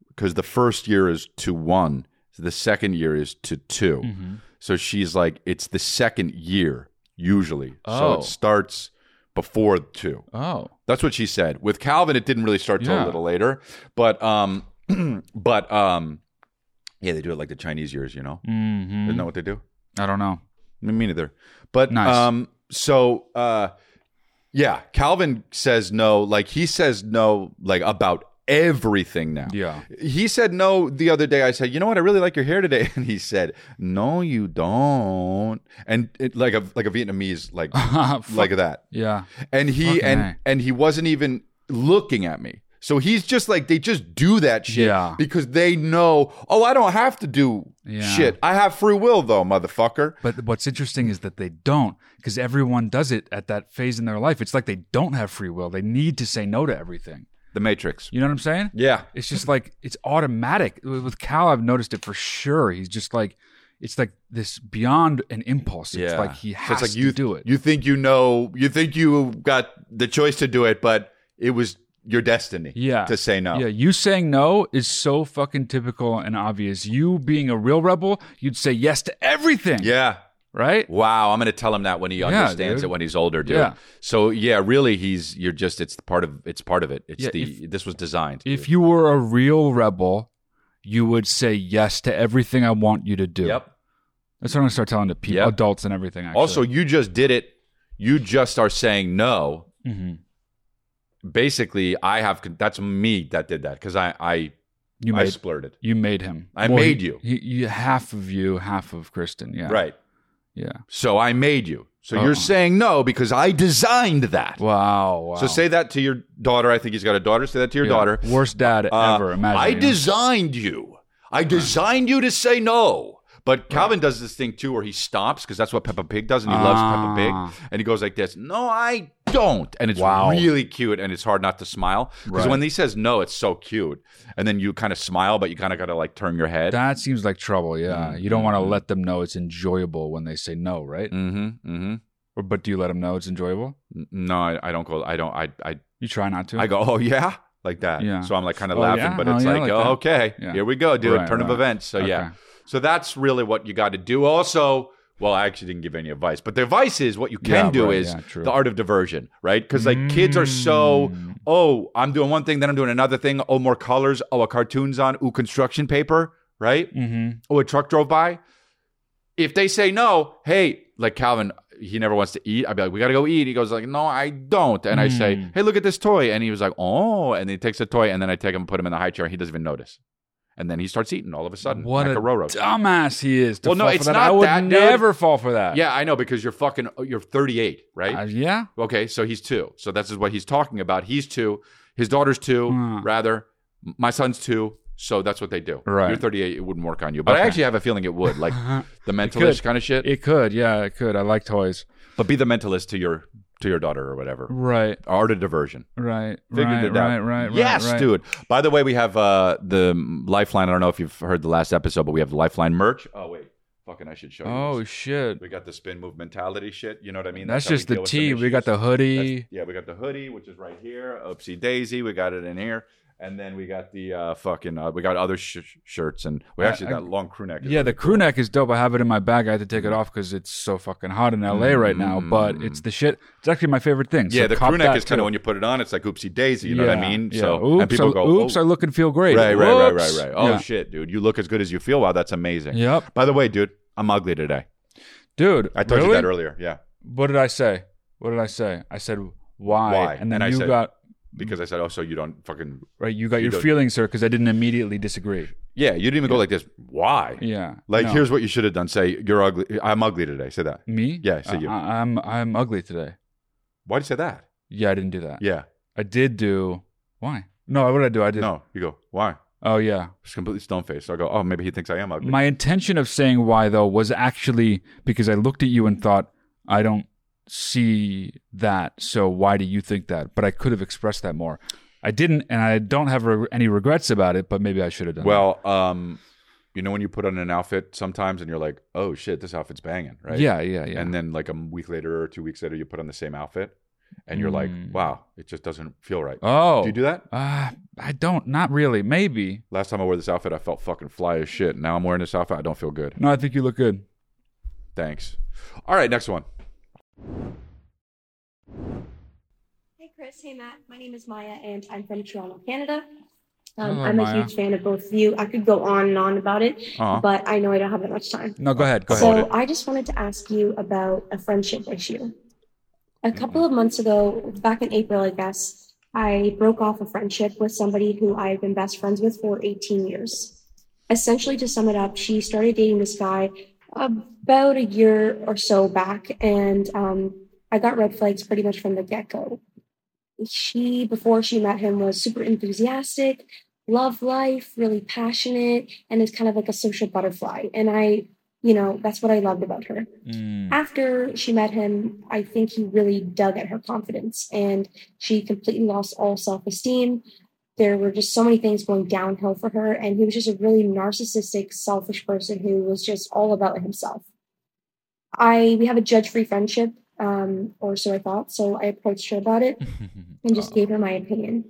S3: because the first year is to one, the second year is to 2
S1: Mm-hmm.
S3: So she's like, it's the second year usually.
S1: Oh.
S3: So it starts before two.
S1: Oh,
S3: That's what she said. With Calvin, it didn't really start till a
S1: Yeah.
S3: little later, but um, [clears throat] but um, yeah, they do it like the Chinese years, you know.
S1: mm-hmm.
S3: Isn't that what they do?
S1: I don't know.
S3: Me me neither. But
S1: Nice.
S3: um, so uh, yeah, Calvin says no. Like he says no, like about everything now.
S1: Yeah.
S3: He said no the other day. I said, you know what? I really like your hair today, [laughs] and he said, no, you don't. And it, like a like a
S1: [laughs]
S3: Vietnamese like like that
S1: Yeah.
S3: and he
S1: Fucking
S3: and
S1: A.
S3: and he wasn't even looking at me. So he's just like they just do that shit
S1: Yeah.
S3: because they know. Oh, I don't have to do
S1: Yeah.
S3: shit. I have free will though, motherfucker.
S1: But what's interesting is that they don't, because everyone does it at that phase in their life. It's like they don't have free will. They need to say no to everything.
S3: The Matrix.
S1: You know what I'm saying?
S3: Yeah,
S1: It's just like it's automatic. With with Cal, I've noticed it for sure. He's just like, it's like this beyond an impulse. It's
S3: yeah.
S1: like he
S3: So
S1: has
S3: it's like
S1: to
S3: you,
S1: do it.
S3: You think you know? You think you got the choice to do it, but it was your destiny.
S1: yeah.
S3: to say no.
S1: Yeah, you saying no is so fucking typical and obvious. You being a real rebel, you'd say yes to everything.
S3: Yeah.
S1: Right?
S3: Wow, I'm going to tell him that when he understands
S1: dude.
S3: it when he's older, dude.
S1: Yeah.
S3: So yeah, really, he's you're just it's part of it's part of it. It's
S1: Yeah,
S3: the this was designed.
S1: If you were a real rebel, you would say yes to everything I want you to do.
S3: yep.
S1: That's what I'm gonna start telling to people,
S3: Yep.
S1: adults and everything. Actually.
S3: Also, you just did it. You just are saying no.
S1: Mhm.
S3: Basically, I have that's me that did that because I I
S1: you
S3: I
S1: made
S3: splurted.
S1: you made him.
S3: I
S1: Well,
S3: made
S1: he-
S3: you.
S1: He, you half of you, half of Kristen. Yeah,
S3: Right.
S1: Yeah.
S3: So I made you. So
S1: Oh.
S3: you're saying no because I designed that.
S1: Wow. wow.
S3: So say that to your daughter. I think he's got a daughter. Say that to your
S1: Yeah.
S3: daughter.
S1: Worst dad
S3: Uh,
S1: ever. Imagine.
S3: I
S1: you know?
S3: designed you. I designed you to say no. But Calvin does this thing too where he stops because that's what Peppa Pig does and he loves
S1: Ah.
S3: Peppa Pig. And he goes like this No, I don't. And it's
S1: Wow.
S3: really cute and it's hard not to smile. Because
S1: Right.
S3: when he says no, it's so cute. And then you kind of smile, but you kind of got to like turn your head.
S1: That seems like trouble.
S3: Mm-hmm,
S1: Yeah. You don't want to let them know it's enjoyable when they say no, right?
S3: Mm hmm. Mm
S1: Or, but do you let them know it's enjoyable?
S3: hmm. No, I, I don't go. I don't. I, I,
S1: You try not to.
S3: I go, Oh, yeah. Like that.
S1: Yeah.
S3: So I'm like kind of
S1: Oh,
S3: laughing,
S1: yeah?
S3: but
S1: Oh,
S3: it's
S1: yeah,
S3: like,
S1: like
S3: Oh,
S1: that.
S3: okay.
S1: Yeah.
S3: Here we go, dude.
S1: Right,
S3: turn of
S1: right.
S3: events. So yeah.
S1: Okay.
S3: So that's really what you got to do. Also, well, I actually didn't give any advice, but the advice is what you can
S1: Yeah,
S3: do
S1: right,
S3: is
S1: yeah, true. Mm.
S3: the art of diversion, right? Because like kids are so, oh, I'm doing one thing, then I'm doing another thing. Oh, more colors. Oh, a cartoon's on. Ooh, construction paper, right?
S1: Mhm.
S3: Oh, a truck drove by. If they say no, hey, like Calvin, he never wants to eat. I'd be like, we got to go eat. He goes like, no, I don't. And I
S1: Hmm.
S3: say, hey, look at this toy. And he was like, oh. And he takes the toy, and then I take him and put him in the high chair, and he doesn't even notice. And then he starts eating all of a sudden.
S1: What
S3: like
S1: a
S3: a Roro.
S1: dumbass he is. To
S3: Well, no,
S1: fall for
S3: it's
S1: that.
S3: not
S1: I would
S3: that, dude.
S1: never fall for that.
S3: Yeah, I know because you're fucking you're 38, right?
S1: Uh, yeah.
S3: okay, so he's 2. So this is what he's talking about. He's 2, his daughter's 2,
S1: Hmm.
S3: rather. M- My son's 2. So that's what they do.
S1: Right.
S3: You're 38, it wouldn't work on you. But I
S1: Okay.
S3: actually have a feeling it
S1: [laughs]
S3: would, like the mentalist kind of shit.
S1: It could. Yeah, it could. I like toys.
S3: but be the mentalist to your to your daughter or whatever.
S1: Right.
S3: Art of diversion.
S1: Right.
S3: Figured
S1: right,
S3: it out.
S1: Right. Right. right,
S3: yes,
S1: right.
S3: dude. By the way, we have uh the Lifeline. I don't know if you've heard the last episode, but we have the Lifeline merch. Oh wait, Fucking, I should show you.
S1: Oh
S3: this.
S1: shit.
S3: we got the spin move mentality shit. You know what I mean?
S1: That's
S3: how we
S1: just the
S3: deal with some
S1: tee. We got
S3: issues.
S1: the hoodie.
S3: That's- yeah, we got the hoodie, which is right here. Oopsie daisy, we got it in here, and then we got the uh, fucking. Uh, we got other sh- shirts, and we
S1: I-
S3: actually
S1: I-
S3: got long crew neck.
S1: Yeah, the crew neck is dope. I have it in my bag. I had to take
S3: Mm-hmm.
S1: it off because it's so fucking hot in LA right now. But it's the shit. It's actually my favorite thing. So
S3: yeah, the
S1: cop
S3: crew neck
S1: that,
S3: is kind
S1: too.
S3: of when you put it on, it's like oopsie daisy. You know what I
S1: Yeah,
S3: mean?
S1: yeah.
S3: So
S1: oops,
S3: and people
S1: I,
S3: go, "Oh,
S1: oops, I look and feel great.
S3: Right, right, right, right,
S1: Whoops.
S3: right. Oh
S1: Yeah.
S3: shit, dude, you look as good as you feel. Wow, that's amazing.
S1: Yep.
S3: By the way, dude, I'm ugly today.
S1: dude.
S3: I told
S1: really?
S3: you that earlier. Yeah,
S1: What did I say? What did I say? I said why,
S3: Why?
S1: and then
S3: And I
S1: you
S3: said-
S1: got
S3: because I said, oh, so you don't fucking.
S1: right. You got
S3: You
S1: your
S3: don't-
S1: feelings, sir, because I didn't immediately disagree.
S3: Yeah, you didn't even go like this. Why?
S1: Yeah,
S3: Like,
S1: no.
S3: here's what you should have done. Say you're ugly. I'm ugly today. Say that.
S1: me. Uh-huh.
S3: Yeah, so you-
S1: I, I'm I'm ugly today.
S3: Why would you say that?
S1: Yeah, I didn't do that.
S3: Yeah.
S1: I did do. Why? No, what did I do? I did.
S3: No. You go. Why?
S1: Oh yeah.
S3: It's completely stone faced. So I go. Oh, maybe he thinks I am ugly.
S1: My intention of saying why though was actually because I looked at you and thought, I don't see that. So why do you think that? But I could have expressed that more. I didn't, and I don't have re- any regrets about it. But maybe I should have done.
S3: well, um, you know when you put on an outfit sometimes and you're like, oh shit, this outfit's banging,
S1: that.
S3: right?
S1: yeah, yeah, yeah.
S3: And then like a week later or two weeks later, you put on the same outfit, and you're
S1: Mm.
S3: like, wow, it just doesn't feel right.
S1: oh,
S3: Do you do that?
S1: Uh, I don't. Not really. Maybe.
S3: Last time I wore this outfit, I felt fucking fly as shit. Now I'm wearing this outfit, I don't feel good.
S1: No, I think you look good.
S3: Thanks. All right, next one.
S9: Hey Chris, hey Matt. My name is Maya, and I'm from Toronto, Canada. Um,
S1: Hello,
S9: I'm a
S1: Maya.
S9: huge fan of both of you. I could go on and on about it,
S3: Uh-huh.
S9: but I know I don't have that much time.
S1: No, go ahead. Go
S9: so uh,
S1: ahead.
S9: I just wanted to ask you about a friendship issue.
S1: Mm-hmm.
S9: A couple of months ago, back in April, I guess, I broke off a friendship with somebody who I've been best friends with for 18 years. Essentially, to sum it up, she started dating this guy about a year or so back, and um, I got red flags pretty much from the get go. She, before she met him, was super enthusiastic, loved life, really passionate, and is kind of like a social butterfly. And I, you know, that's what I loved about her.
S1: Mm.
S9: After she met him, I think he really dug at her confidence and she completely lost all self esteem. There were just so many things going downhill for her, and he was just a really narcissistic, selfish person who was just all about himself. I we have a judge free friendship, um, or so I thought. So I approached her about it and
S1: Oh.
S9: just gave her my opinion.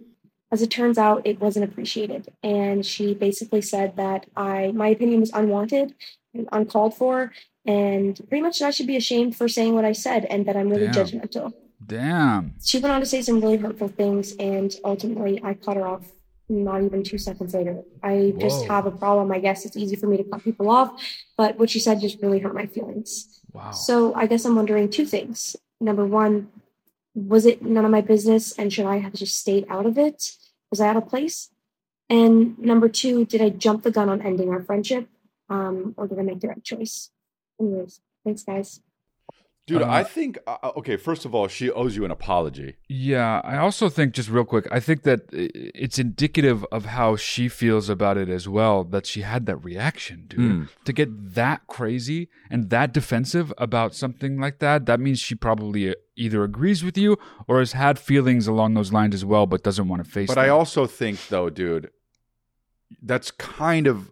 S9: As it turns out, it wasn't appreciated, and she basically said that I my opinion was unwanted and uncalled for, and pretty much that I should be ashamed for saying what I said, and that I'm really
S1: Damn.
S9: judgmental.
S1: Damn.
S9: She went on to say some really hurtful things, and ultimately, I cut her off. Not even two seconds later, I just
S1: Whoa.
S9: have a problem. I guess it's easy for me to cut people off, but what she said just really hurt my feelings.
S1: Wow.
S9: So I guess I'm wondering two things. Number one, was it none of my business and should I have just stayed out of it? Was I out of place? And number two, did I jump the gun on ending our friendship? Um, or did I make the right choice? Anyways, thanks guys.
S3: Dude,
S1: Uh,
S3: I think, uh, okay, first of all, she owes you an apology.
S1: Yeah, I also think just real quick, I think that i- it's indicative of how she feels about it as well that she had that reaction, dude.
S3: Hmm.
S1: To get that crazy and that defensive about something like that, that means she probably uh, either agrees with you or has had feelings along those lines as well, but doesn't want to face.
S3: But I
S1: them.
S3: also think, though, dude, that's kind of,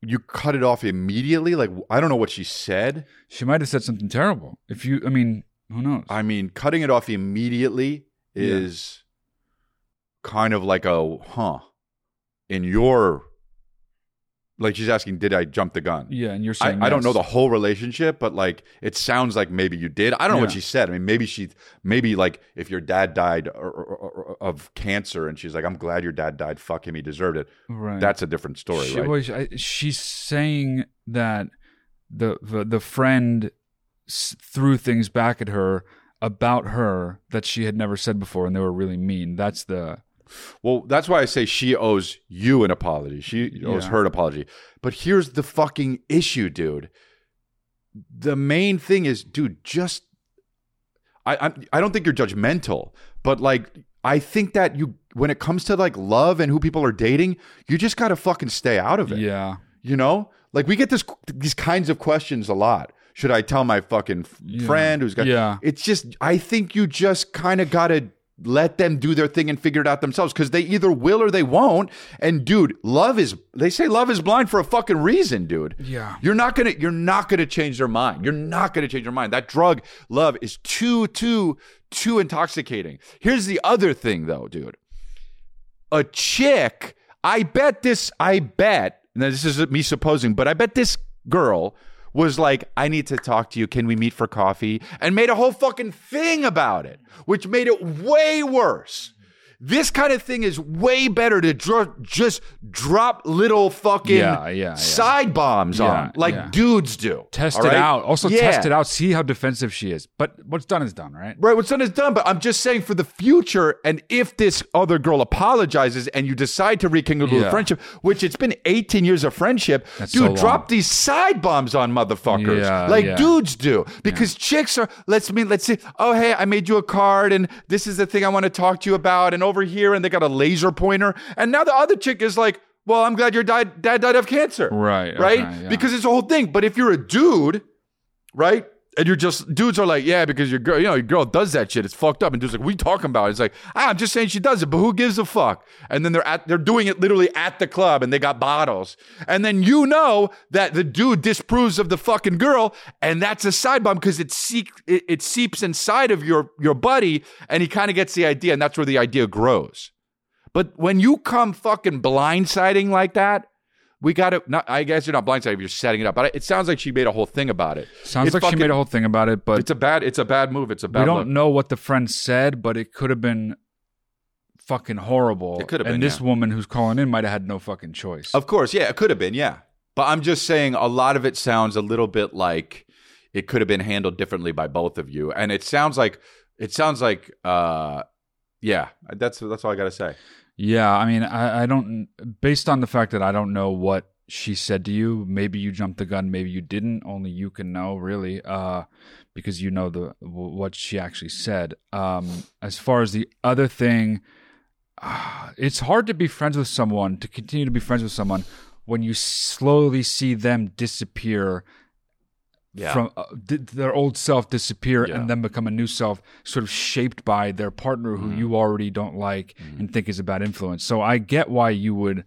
S3: you cut it off immediately. Like, I don't know what she said.
S1: she might have said something terrible. If you, I mean, who knows?
S3: I mean, cutting it off immediately
S1: Yeah.
S3: is kind of like a, huh, in your, like she's asking, did I jump the gun?
S1: yeah, and you're
S3: I,
S1: saying
S3: I don't know the
S1: yes.
S3: whole relationship, but like it sounds like maybe you did. I don't know what
S1: Yeah.
S3: she said. I mean, maybe she, maybe like if your dad died or, or- or- of cancer and she's like, I'm glad your dad died. Fuck him. He deserved it.
S1: right.
S3: That's a different story,
S1: She,
S3: right?
S1: well, she- I- she's saying that the the, the friend s- threw things back at her about her that she had never said before, and they were really mean. That's the
S3: Well, that's why I say she owes you an apology. She owes
S1: Yeah.
S3: her an apology. But here's the fucking issue, dude. The main thing is, dude, just I I'm, I don't think you're judgmental, but like I think that you when it comes to like love and who people are dating, you just got to fucking stay out of it.
S1: yeah
S3: You know? Like we get this these kinds of questions a lot. Should I tell my fucking f-
S1: Yeah.
S3: friend who's got
S1: Yeah.
S3: It's just I think you just kind of got to let them do their thing and figure it out themselves because they either will or they won't. And dude, love is they say love is blind for a fucking reason, dude.
S1: Yeah.
S3: You're not gonna you're not gonna change their mind. You're not gonna change their mind. That drug love is too, too, too intoxicating. Here's the other thing though, dude. A chick, I bet this, I bet, now this is me supposing, but I bet this girl was like, I need to talk to you. Can we meet for coffee? And made a whole fucking thing about it, which made it way worse. This kind of thing is way better to dro- just drop little fucking
S1: Yeah, yeah, yeah.
S3: side bombs
S1: Yeah,
S3: on like
S1: yeah.
S3: dudes do.
S1: Test
S3: all
S1: it
S3: right?
S1: out. Also,
S3: Yeah.
S1: test it out. See how defensive she is. But what's done is done, right?
S3: Right, what's done is done, but I'm just saying for the future, and if this other girl apologizes and you decide to rekindle the
S1: Yeah.
S3: friendship, which it's been 18 years of friendship,
S1: That's so
S3: dude,
S1: long.
S3: drop these side bombs on motherfuckers
S1: Yeah,
S3: like
S1: yeah.
S3: dudes do because chicks are. Let's meet. Let's see. Oh, hey, I made you a card, and this is the thing I want to talk to you about, and over here, and they got a laser pointer, and now the other chick is like, "Well, I'm glad your dad dad died of cancer."
S1: Right,
S3: right,
S1: okay, yeah.
S3: because it's a whole thing. But if you're a dude right? And you're just dudes are like, yeah, because your girl, you know, your girl does that shit. It's fucked up. And dudes are like, we talking about? It's like, ah, I'm just saying she does it, but who gives a fuck? And then they're at, they're doing it literally at the club, and they got bottles. And then you know that the dude disproves of the fucking girl, and that's a side bomb because it seek it, it seeps inside of your your buddy, and he kind of gets the idea, and that's where the idea grows. But when you come fucking blindsiding like that, we got to. Not, I guess you're not blindsided if you're setting it up, but it sounds like she made a whole thing about it.
S1: Sounds
S3: It's
S1: like
S3: fucking-
S1: she made a whole thing about it, but
S3: It's a bad. It's a bad move. It's a bad.
S1: we don't
S3: look.
S1: know what the friend said, but it could have been fucking horrible.
S3: It could have
S1: And
S3: been,
S1: this
S3: yeah.
S1: woman who's calling in might have had no fucking choice.
S3: Of course, yeah, it could have been, yeah. But I'm just saying, a lot of it sounds a little bit like it could have been handled differently by both of you, and it sounds like it sounds like, uh, yeah, that's that's all I gotta say.
S1: Yeah, I mean, I, I don't. Based on the fact that I don't know what she said to you, maybe you jumped the gun, maybe you didn't. Only you can know, really, uh, because you know the w- what she actually said. Um, as far as the other thing, uh, it's hard to be friends with someone to continue to be friends with someone when you slowly see them disappear from uh, th- their old self disappear
S3: Yeah.
S1: and then become a new self sort of shaped by their partner who
S3: Mm-hmm.
S1: you already don't like and think is a bad influence so i get why you would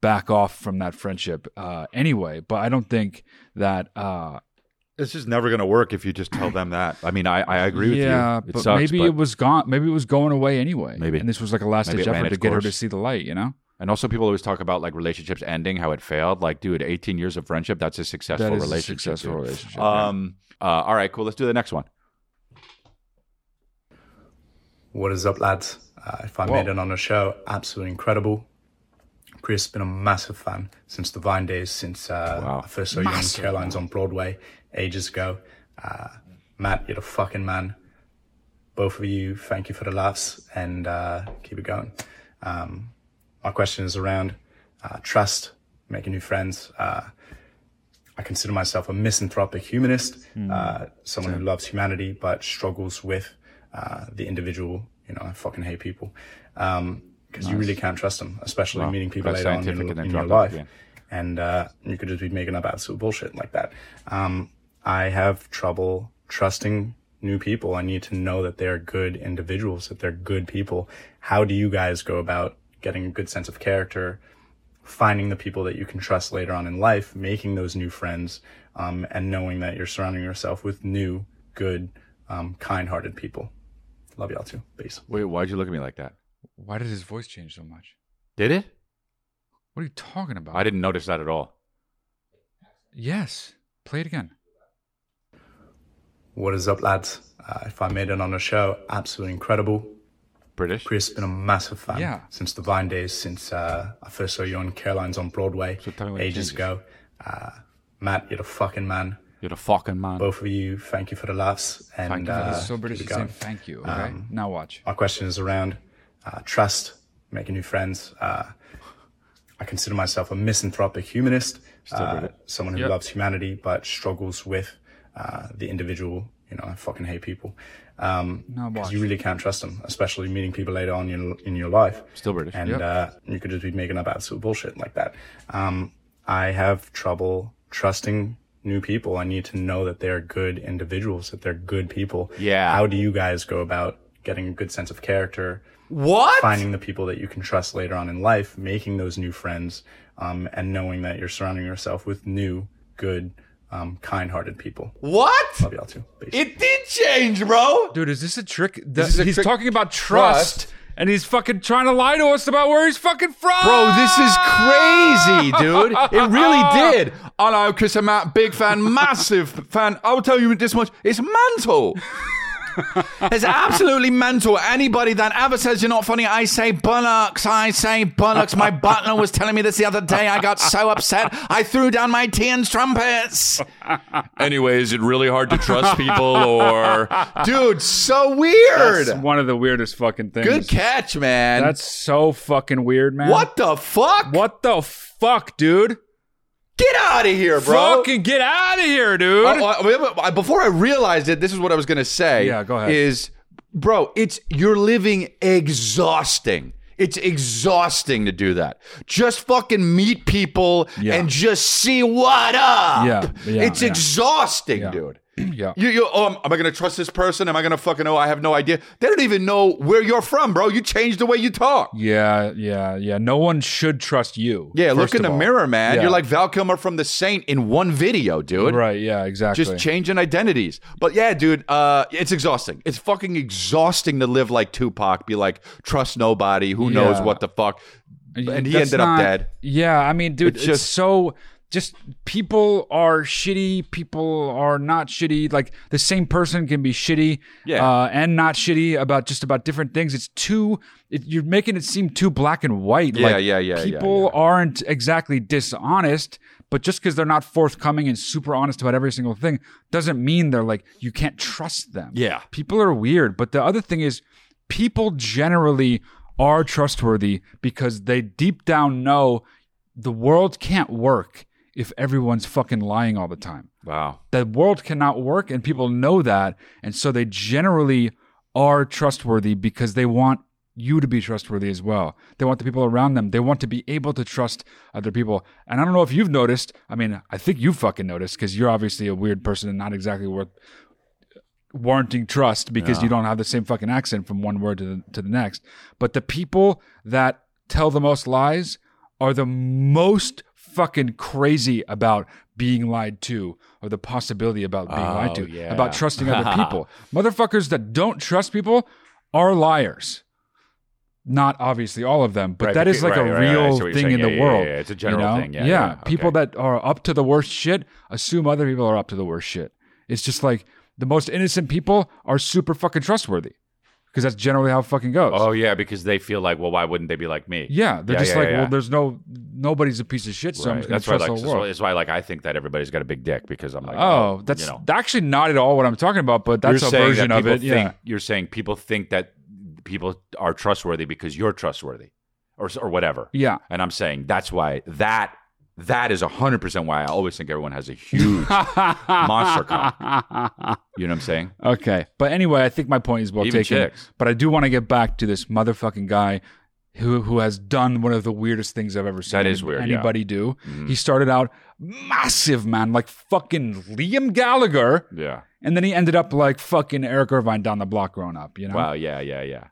S1: back off from that friendship uh, anyway but i don't think that uh,
S3: This is never gonna work if you just tell them that. I mean, I, I agree
S1: yeah
S3: with you. It
S1: but
S3: sucks,
S1: maybe
S3: but-
S1: it was gone maybe it was going away anyway
S3: Maybe.
S1: and this was like a last
S3: Maybe
S1: ditch
S3: it
S1: effort
S3: ran
S1: to
S3: its
S1: get her
S3: course.
S1: to see the light you know
S3: and also people always talk about like relationships ending, how it failed. Like, dude, 18 years of friendship, that's a successful
S1: That is a
S3: relationship.
S1: successful
S3: dude.
S1: relationship, yeah.
S3: Um, uh, all right, cool. Let's do the next one.
S10: What is up, lads? Uh, if I made it on the show, absolutely incredible. Chris has been a massive fan since the Vine days, since uh,
S3: Wow.
S10: I first saw you on Caroline's on Broadway ages ago. Uh, Matt, you're the fucking man. Both of you, thank you for the laughs and uh, keep it going. Um, my question is around uh, trust, making new friends. Uh, I consider myself a misanthropic humanist, uh, someone who loves humanity but struggles with uh, the individual. You know, I fucking hate people because you really can't trust them, especially
S3: Wow.
S10: meeting people
S3: That's
S10: later on in,
S3: scientific and then
S10: in your
S3: dropped
S10: life.
S3: off again.
S10: And uh, you could just be making up absolute bullshit like that. Um, I have trouble trusting new people. I need to know that they're good individuals, that they're good people. How do you guys go about getting a good sense of character? finding the people that you can trust later on in life, making those new friends, um, and knowing that you're surrounding yourself with new, good, um, kind-hearted people. Love y'all too. Peace.
S3: Wait, why'd you look at me like that?
S1: why did his voice change so much
S3: [laughs] Did it?
S1: what are you talking about
S3: I didn't notice that at all.
S1: yes play it again
S10: What is up, lads? Uh, if I made it on the show, absolutely incredible.
S3: British?
S10: Chris has been a massive fan
S1: Yeah.
S10: since the Vine days, since uh, I first saw you on Caroline's on Broadway
S3: So tell me what the
S10: ages
S3: change is.
S10: ago. Uh, Matt, you're the fucking man.
S3: You're the fucking man.
S10: Both of you, thank you for the laughs. And
S1: thank you
S10: uh,
S1: It's so british
S10: keep
S1: to
S10: it going.
S1: say thank you okay now watch
S10: My question is around uh, trust, making new friends. Uh, I consider myself a misanthropic humanist, uh, someone who
S1: Yep.
S10: loves humanity but struggles with uh, the individual. You know, I fucking hate people. Um,
S1: Now
S10: 'cause
S1: watch.
S10: you really can't trust them, especially meeting people later on in, in your life.
S3: Still British.
S10: And
S1: Yep.
S10: uh, you could just be making up absolute bullshit like that. Um, I have trouble trusting new people. I need to know that they're good individuals, that they're good people.
S3: Yeah.
S10: How do you guys go about getting a good sense of character.
S3: What?
S10: Finding the people that you can trust later on in life, making those new friends, um, and knowing that you're surrounding yourself with new, good, um, kind-hearted people.
S3: What?
S10: Love y'all too.
S3: It did change, bro.
S1: Dude, is this a trick?
S3: is a
S1: he's
S3: trick-
S1: talking about trust,
S3: Trust.
S1: and he's fucking trying to lie to us about where he's fucking from.
S3: Bro, this is [laughs] crazy, dude. It
S11: [laughs]
S3: really did. I know, because I'm a big fan, [laughs] massive fan. I'll tell you this much it's
S11: [laughs]
S3: mental. it's absolutely mental. Anybody that ever says you're not funny, I say bullocks. I say bullocks. My butler was telling me this the other day. I got so upset. I threw down my tea and trumpets.
S11: Anyway, is it really hard to trust people or
S3: [laughs] Dude, so weird.
S1: That's one of the weirdest fucking things.
S3: Good catch, man.
S1: That's so fucking weird, man.
S3: what the fuck?
S1: What the fuck, dude?
S3: Get out of here, bro.
S1: Fucking get out of here, dude.
S3: Oh, oh, wait, wait, wait. before I realized it, this is what I was going to say.
S1: Yeah, go ahead.
S3: Is bro, it's you're living exhausting. It's exhausting to do that. Just fucking meet people
S1: Yeah.
S3: and just see what up.
S1: Yeah, yeah,
S3: it's
S1: yeah.
S3: exhausting,
S1: Yeah.
S3: dude.
S1: [clears throat] yeah.
S3: You, you, oh, am I going to trust this person? Am I going to fucking know? I have no idea. They don't even know where you're from, bro. You changed the way you talk.
S1: Yeah, yeah, yeah. No one should trust you.
S3: Yeah,
S1: first
S3: look in
S1: of
S3: the
S1: all.
S3: mirror, man.
S1: Yeah.
S3: You're like Val Kilmer from The Saint in one video, dude.
S1: Right, yeah, exactly.
S3: just changing identities. But yeah, dude, uh, it's exhausting. It's fucking exhausting to live like Tupac, be like, trust nobody, who
S1: Yeah.
S3: knows what the fuck. And he
S1: That's
S3: ended
S1: not-
S3: up dead.
S1: Yeah, I mean, dude,
S3: It's
S1: it's,
S3: just-
S1: so just people are shitty. People are not shitty. Like the same person can be shitty,
S3: Yeah.
S1: uh, and not shitty about just about different things. It's too. It, you're making it seem too black and white.
S3: Yeah,
S1: like,
S3: yeah, yeah, yeah,
S1: People aren't exactly dishonest. But just because they're not forthcoming and super honest about every single thing doesn't mean they're like you can't trust them.
S3: Yeah.
S1: People are weird. But the other thing is, people generally are trustworthy because they deep down know the world can't work if everyone's fucking lying all the time.
S3: Wow.
S1: The world cannot work, and people know that. And so they generally are trustworthy because they want you to be trustworthy as well. They want the people around them. They want to be able to trust other people. And I don't know if you've noticed. I mean, I think you fucking noticed because you're obviously a weird person and not exactly worth warranting trust because you don't have the same fucking accent from one word to the, to the next. But the people that tell the most lies are the most fucking crazy about being lied to or the possibility about being lied to, about trusting other people. Motherfuckers that don't trust people are liars. Not obviously all of them, but
S11: Right,
S1: that
S11: becau-
S1: is like
S11: right, right,
S1: a
S11: right, I see
S1: real
S11: what you're
S1: thing
S11: saying.
S1: in
S11: Yeah,
S1: the
S11: yeah,
S1: world.
S11: yeah, yeah. It's a
S1: you
S11: general
S1: know?
S11: thing. Yeah, yeah,
S1: people
S11: okay.
S1: that are up to the worst shit assume other people are up to the worst shit. It's just like the most innocent people are super fucking trustworthy because that's generally how it fucking goes.
S11: Oh yeah, because they feel like, well, why wouldn't they be like me?
S1: yeah, they're
S11: Yeah,
S1: just
S11: yeah,
S1: like,
S11: yeah.
S1: well, there's no nobody's a piece of shit, so I'm
S11: Right.
S1: just gonna
S11: That's why,
S1: trust
S11: like,
S1: the
S11: that's
S1: whole
S11: why,
S1: world.
S11: that's why, like, I think that everybody's got a big dick because I'm like,
S1: Oh, that's
S11: you know,
S1: actually not at all what I'm talking about, but that's
S11: you're
S1: a
S11: saying
S1: version
S11: that
S1: of
S11: people
S1: it.
S11: Think,
S1: yeah.
S11: you're saying people think that people are trustworthy because you're trustworthy, or or whatever.
S1: Yeah.
S11: And I'm saying that's why that that is hundred percent why I always think everyone has a
S1: [laughs]
S11: huge monster cock. You know what I'm saying?
S1: Okay. But anyway, I think my point is well
S11: Even
S1: taken.
S11: chicks.
S1: But I do want to get back to this motherfucking guy who who has done one of the weirdest things I've ever seen
S11: That is weird, yeah. Mm-hmm.
S1: anybody do. He started out massive, man, like fucking Liam Gallagher.
S11: Yeah.
S1: And then he ended up like fucking Eric Irvine down the block growing up, you know?
S11: Wow. Yeah. Yeah. Yeah.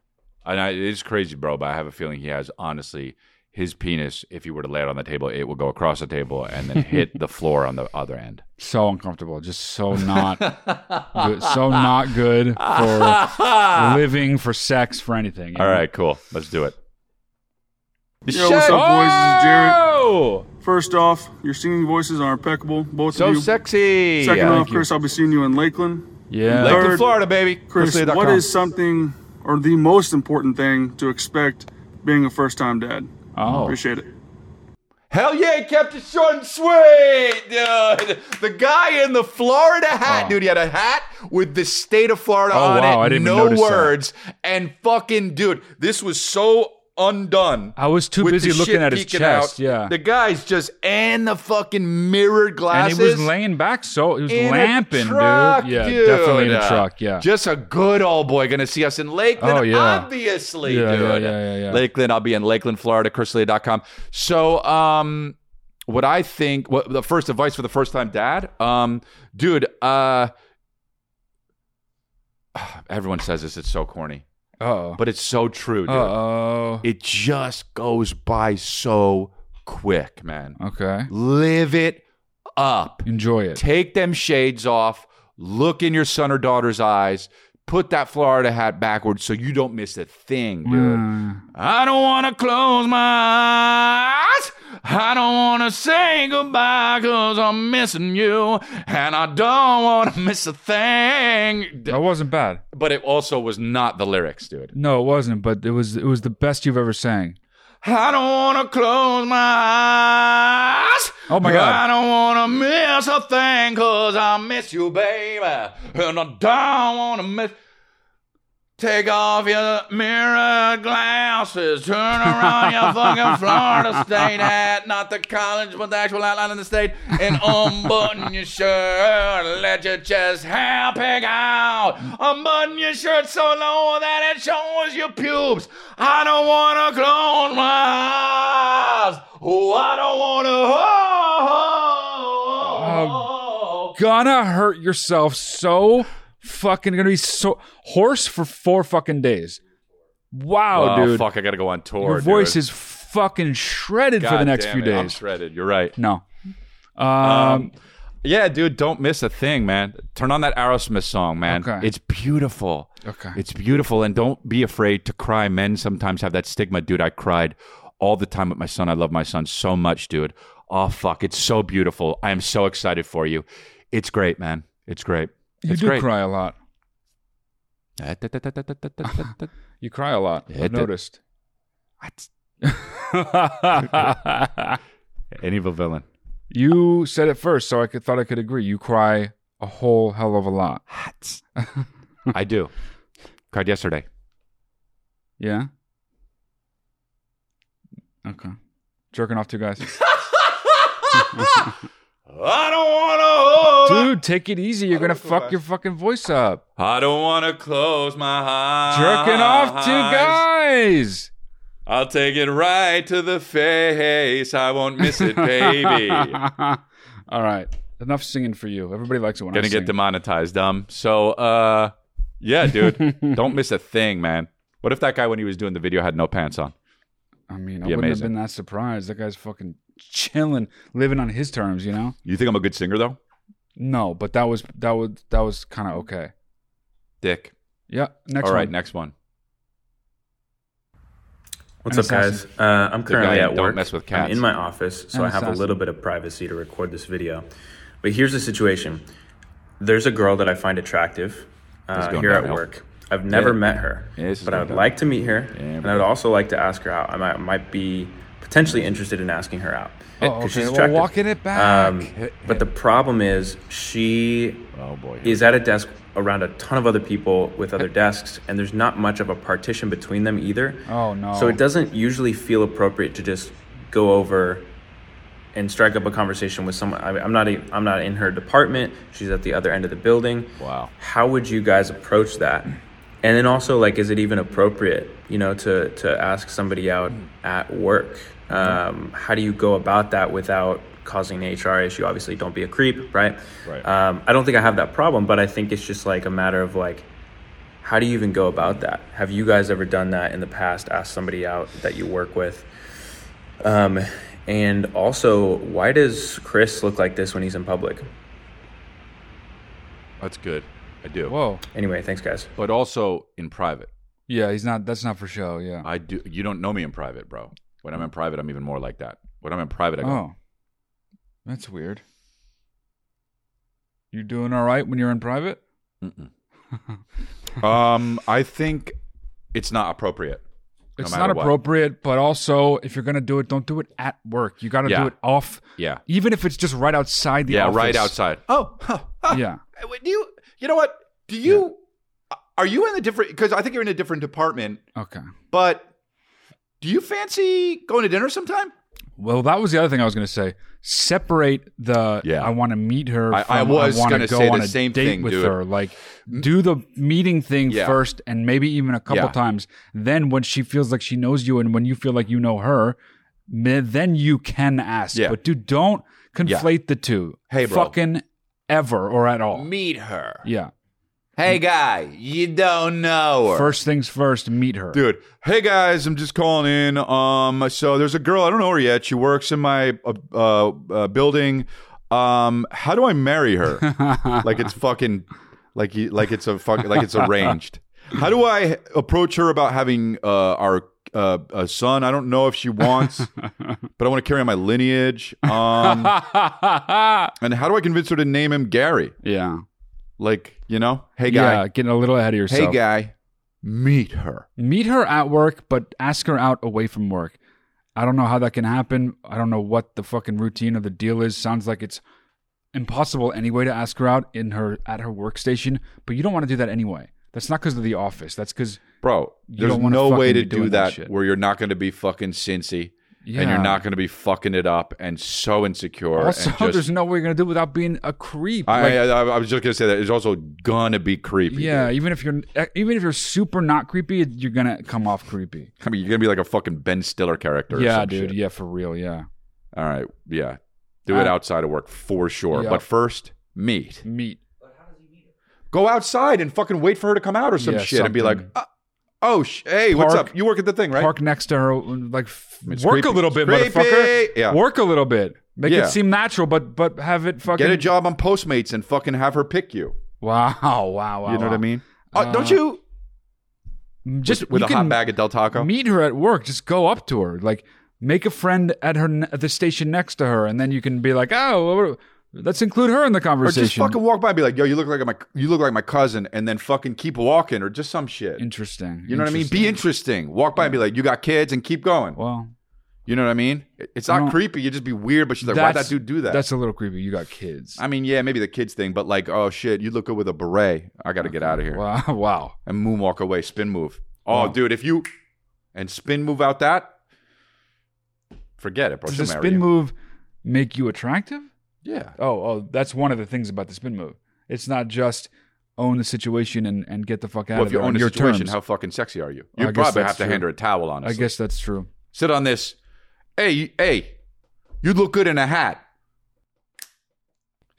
S11: And I, it's crazy, bro. But I have a feeling he has honestly his penis. If you were to lay it on the table, it would go across the table and then hit
S1: [laughs]
S11: the floor on the other end.
S1: So uncomfortable. Just so not good. So not good
S11: [laughs]
S1: for living, for sex, for anything. you
S11: All
S1: know?
S11: right. Cool. Let's do it.
S12: Yo, what's up, boys? This is Jared.
S1: Oh!
S12: First off, your singing voices are impeccable, both
S11: So
S12: of you.
S11: sexy.
S12: Second
S11: Yeah,
S12: off,
S11: thank you.
S12: Chris, I'll be seeing you in Lakeland.
S1: Yeah.
S11: Lakeland,
S12: Third,
S11: Florida, baby.
S12: Chris,
S11: Chrisley.com.
S12: what is something or the most important thing to expect being a first-time dad?
S1: Oh.
S12: Appreciate it.
S3: Hell yeah, he kept it short and sweet, dude. The guy in the Florida hat, dude. He had a hat with the state of Florida
S1: Oh,
S3: on
S1: wow,
S3: it.
S1: I didn't even
S3: no
S1: notice that.
S3: words. And fucking dude, this was so undone.
S1: I was too
S3: with
S1: busy
S3: the
S1: looking
S3: shit
S1: at his
S3: peeking
S1: chest.
S3: out.
S1: Yeah.
S3: The guy's just and the fucking mirrored
S1: and
S3: glasses.
S1: he was laying back so he was
S3: in a
S1: lamping,
S3: truck,
S1: dude. Yeah, definitely in a truck. Yeah.
S3: Just a good old boy gonna see us in Lakeland,
S1: Oh, yeah.
S3: obviously,
S1: Yeah,
S3: dude.
S1: yeah, yeah, yeah, yeah.
S3: Lakeland, I'll be in Lakeland, Florida, chrislea.com. So um what I think what the first advice for the first time dad, um, dude, uh everyone says this, it's so corny.
S1: Oh,
S3: but it's so true, dude.
S1: Uh-oh.
S3: It just goes by so quick, man.
S1: Okay.
S3: Live it up.
S1: Enjoy it.
S3: Take them shades off. Look in your son or daughter's eyes. Put that Florida hat backwards so you don't miss a thing, dude.
S1: Mm.
S3: I don't want to close my eyes. I don't want to say goodbye because I'm missing you. And I don't want to miss a thing. That
S1: wasn't bad.
S3: But it also was not the lyrics, dude.
S1: No, it wasn't, but it was it was the best you've ever sang.
S3: I don't want to close my eyes.
S1: Oh my
S3: I
S1: god.
S3: don't want to miss a thing because I miss you, baby. And I don't want to miss. Take off your mirror glasses. Turn around
S1: [laughs]
S3: your fucking Florida state hat. Not the college, but the actual outline of the state. And unbutton your shirt. Let your chest hair pig out. Unbutton your shirt so low that it shows your pubes. I don't want to close my eyes. Oh, I don't oh, want
S1: Oh,
S3: to.
S1: gonna hurt yourself so fucking gonna be so hoarse for four fucking days. Wow, dude.
S3: I gotta go on tour.
S1: Your voice is fucking shredded for the
S3: God
S1: next
S3: damn
S1: few
S3: it,
S1: days.
S3: I'm shredded. You're right.
S1: No. Um,
S3: yeah, dude, don't miss a thing, man. Turn on that Aerosmith song, man.
S1: Okay.
S3: It's beautiful.
S1: Okay.
S3: It's beautiful, and don't be afraid to cry. Men sometimes have that stigma, dude. I cried all the time with my son. I love my son so much, dude. Oh fuck, it's so beautiful. I am so excited for you. It's great, man. It's great.
S1: you
S3: it's
S1: do
S3: great.
S1: cry a lot. [laughs]
S3: you
S1: cry a lot.
S3: Yeah,
S1: I've
S3: that-
S1: noticed.
S3: [laughs] An evil villain.
S1: You said it first, so I could, thought I could agree. You cry a whole hell of a lot. [laughs]
S3: I do. Cried yesterday.
S1: Yeah. Okay. Jerking off two
S3: [laughs]
S1: guys.
S3: I don't want to.
S1: Dude, take it easy. You're
S3: Oh,
S1: gonna fuck your fucking voice up.
S3: I don't want to close my eyes.
S1: Jerking off two guys.
S3: I'll take it right to the face. I won't miss it,
S1: [laughs]
S3: baby.
S1: All right. Enough singing for you. Everybody likes it when I
S3: Gonna
S1: sing.
S3: get demonetized, dumb. So, uh, yeah,
S1: [laughs]
S3: dude, don't miss a thing, man. What if that guy, when he was doing the video, had no pants on?
S1: I mean, I
S3: Be
S1: wouldn't
S3: amazing.
S1: have been that surprised. That guy's fucking chilling, living on his terms, you know?
S3: You think I'm a good singer, though?
S1: No, but that was that was that was kind of okay.
S3: Dick.
S1: Yeah. Next
S3: All
S1: one.
S3: right, next one.
S13: What's
S1: An
S13: up, guys?
S1: assassin.
S13: Uh, I'm
S1: The
S13: currently
S3: guy
S13: at work.
S3: who don't mess with
S13: I'm
S3: cats.
S13: in my office, so
S3: An
S13: I have a
S3: assassin.
S13: little bit of privacy to record this video. But here's the situation: there's a girl that I find attractive
S3: It's
S13: uh,
S3: going
S13: here at
S3: downhill.
S13: work. I've never
S3: Yeah.
S13: met her,
S3: Yeah, this is
S13: but
S3: going
S13: I would
S3: downhill.
S13: like to meet her, and I would also like to ask her out. I might, might be potentially interested in asking her out
S1: Oh,
S13: 'cause
S1: okay. Well, walking it back.
S13: Um, but the problem is she is at a desk around a ton of other people with other desks, and there's not much of a partition between them either.
S1: Oh no.
S13: So it doesn't usually feel appropriate to just go over and strike up a conversation with someone. I mean, I'm not. e- I'm not in her department. She's at the other end of the building. Wow. How would you guys approach that? And then also, like, is it even appropriate, you know, to to ask somebody out at work? Um, how do you go about that without causing an HR issue? Obviously, don't be a creep, right?
S3: Right.
S13: Um, I don't think I have that problem, but I think it's just like a matter of like, how do you even go about that? Have you guys ever done that in the past? Asked somebody out that you work with? Um, and also, why does Chris look like this when he's in public?
S3: That's good. I do.
S1: Whoa.
S13: Anyway, thanks, guys.
S3: But also in private.
S1: Yeah, he's not. That's not for show. Yeah.
S3: I do. You don't know me in private, bro. When I'm in private, I'm even more like that. When I'm in private, I go,
S1: Oh, that's weird. You doing all right when you're in private?
S3: [laughs] um, I think it's not appropriate. no
S1: It's
S3: matter
S1: not
S3: what.
S1: appropriate, but also if you're gonna do it, don't do it at work. You got to
S3: Yeah.
S1: do it off.
S3: Yeah.
S1: Even if it's just right outside the
S3: Yeah,
S1: office.
S3: right outside. Oh,
S1: [laughs] yeah.
S3: do you? You know what? Do you? Are you in a different? Because I think you're in a different department.
S1: Okay.
S3: But do you fancy going to dinner sometime?
S1: Well, that was the other thing I was gonna say. Separate the. Yeah. I want to meet her.
S3: I- I
S1: from
S3: was
S1: wanna
S3: gonna
S1: go
S3: say
S1: on
S3: the
S1: a
S3: same
S1: date
S3: thing,
S1: with
S3: dude.
S1: her. Like, do the meeting thing
S3: Yeah.
S1: first, and maybe even a couple
S3: Yeah.
S1: times. Then when she feels like she knows you, and when you feel like you know her, me- then you can ask.
S3: Yeah.
S1: But dude, don't
S3: Yeah.
S1: conflate the two.
S3: Hey, bro.
S1: fucking ever or at all.
S3: Meet her.
S1: Yeah.
S14: Hey, guy, you don't know her.
S1: First things first, meet her.
S3: Dude, hey guys, I'm just calling in. Um, so there's a girl I don't know her yet. She works in my uh, uh, uh, building. Um, how do I
S1: [laughs]
S3: marry her? like it's fucking, like you, like it's a fuck, like it's arranged. How do I approach her about having uh, our uh, a son? I don't know if
S1: [laughs]
S3: she wants, but I want to carry on my lineage. Um, and how do I convince her to name him Gary?
S1: Yeah,
S3: like you know, hey guy,
S1: Yeah, getting a little ahead of yourself.
S3: Hey guy, meet her.
S1: Meet her at work, but ask her out away from work. I don't know how that can happen. I don't know what the fucking routine of the deal is. Sounds like it's impossible anyway to ask her out in her at her workstation, but you don't want to do that anyway. That's not because of the office. That's because
S3: bro. There's no way to do that, where you're not going to be fucking Cincy and
S1: Yeah.
S3: you're not going to be fucking it up and so insecure.
S1: Also, [laughs]
S3: [laughs] and just,
S1: there's no way you're gonna do it without being a creep.
S3: I,
S1: Like,
S3: I, I, I was just going to say that it's also going to be creepy.
S1: yeah, even if you're even if you're super not creepy, you're gonna come off creepy.
S3: I mean, you're going to be like a fucking Ben Stiller character. or
S1: Yeah,
S3: some
S1: dude.
S3: shit.
S1: Yeah, for real. Yeah.
S3: All right. Yeah. Do it
S1: Uh,
S3: outside of work for sure.
S1: yeah.
S3: But first, meet.
S1: Meet.
S3: Go outside and fucking [laughs] wait for her to come out or some
S1: Yeah,
S3: shit and be like,
S1: something.
S3: "Uh, oh, sh- hey, what's
S1: Park-
S3: up? You work at the thing, right?
S1: Park next to her, like f-
S3: It's
S1: work
S3: creepy.
S1: a little bit,
S3: It's
S1: motherfucker.
S3: creepy. Yeah.
S1: Work a little bit. Make
S3: Yeah.
S1: it seem natural, but but have it fucking
S3: Get a job on Postmates and fucking have her pick you.
S1: Wow, [laughs] wow, wow.
S3: you know what I
S1: wow.
S3: mean? Uh, don't
S1: Uh,
S3: you
S1: Just
S3: with, with
S1: you
S3: a hot
S1: can
S3: bag of Del Taco?
S1: Meet her at work. Just go up to her, like make a friend at her ne- at the station next to her, and then you can be like, oh, well, let's include her in the
S3: Or just
S1: conversation.
S3: fucking walk by and be like, "Yo, you look like my you look like my cousin," and then fucking keep walking, or just some shit.
S1: Interesting.
S3: You know what I mean? Be interesting. Walk by and be like, "You got kids," and keep going.
S1: Well,
S3: you know what I mean? It- It's
S1: I
S3: not
S1: don't-
S3: creepy. You just be weird. But she's like, "Why'd that
S1: That's-
S3: dude do that?"
S1: That's a little creepy. You got kids.
S3: I mean, yeah, maybe the kids thing, but like, oh shit, you look good with a beret. I got to get out of here.
S1: Wow, [laughs] wow.
S3: And moonwalk away, spin move. Oh, dude, if you and spin move out that, forget it, bro.
S1: Does
S3: She'll
S1: the
S3: marry
S1: spin
S3: you.
S1: move make you attractive?
S3: Yeah.
S1: Oh, oh, that's one of the things about the spin move. It's not just own the situation and, and get the fuck out
S3: Well,
S1: of
S3: if you
S1: there
S3: own
S1: on
S3: the
S1: your
S3: situation,
S1: terms.
S3: how fucking sexy are you?
S1: I
S3: You
S1: guess
S3: probably
S1: that's
S3: have to
S1: true.
S3: hand her a towel. Honestly,
S1: I guess that's true.
S3: sit on this. Hey, you- hey, you look good in a hat.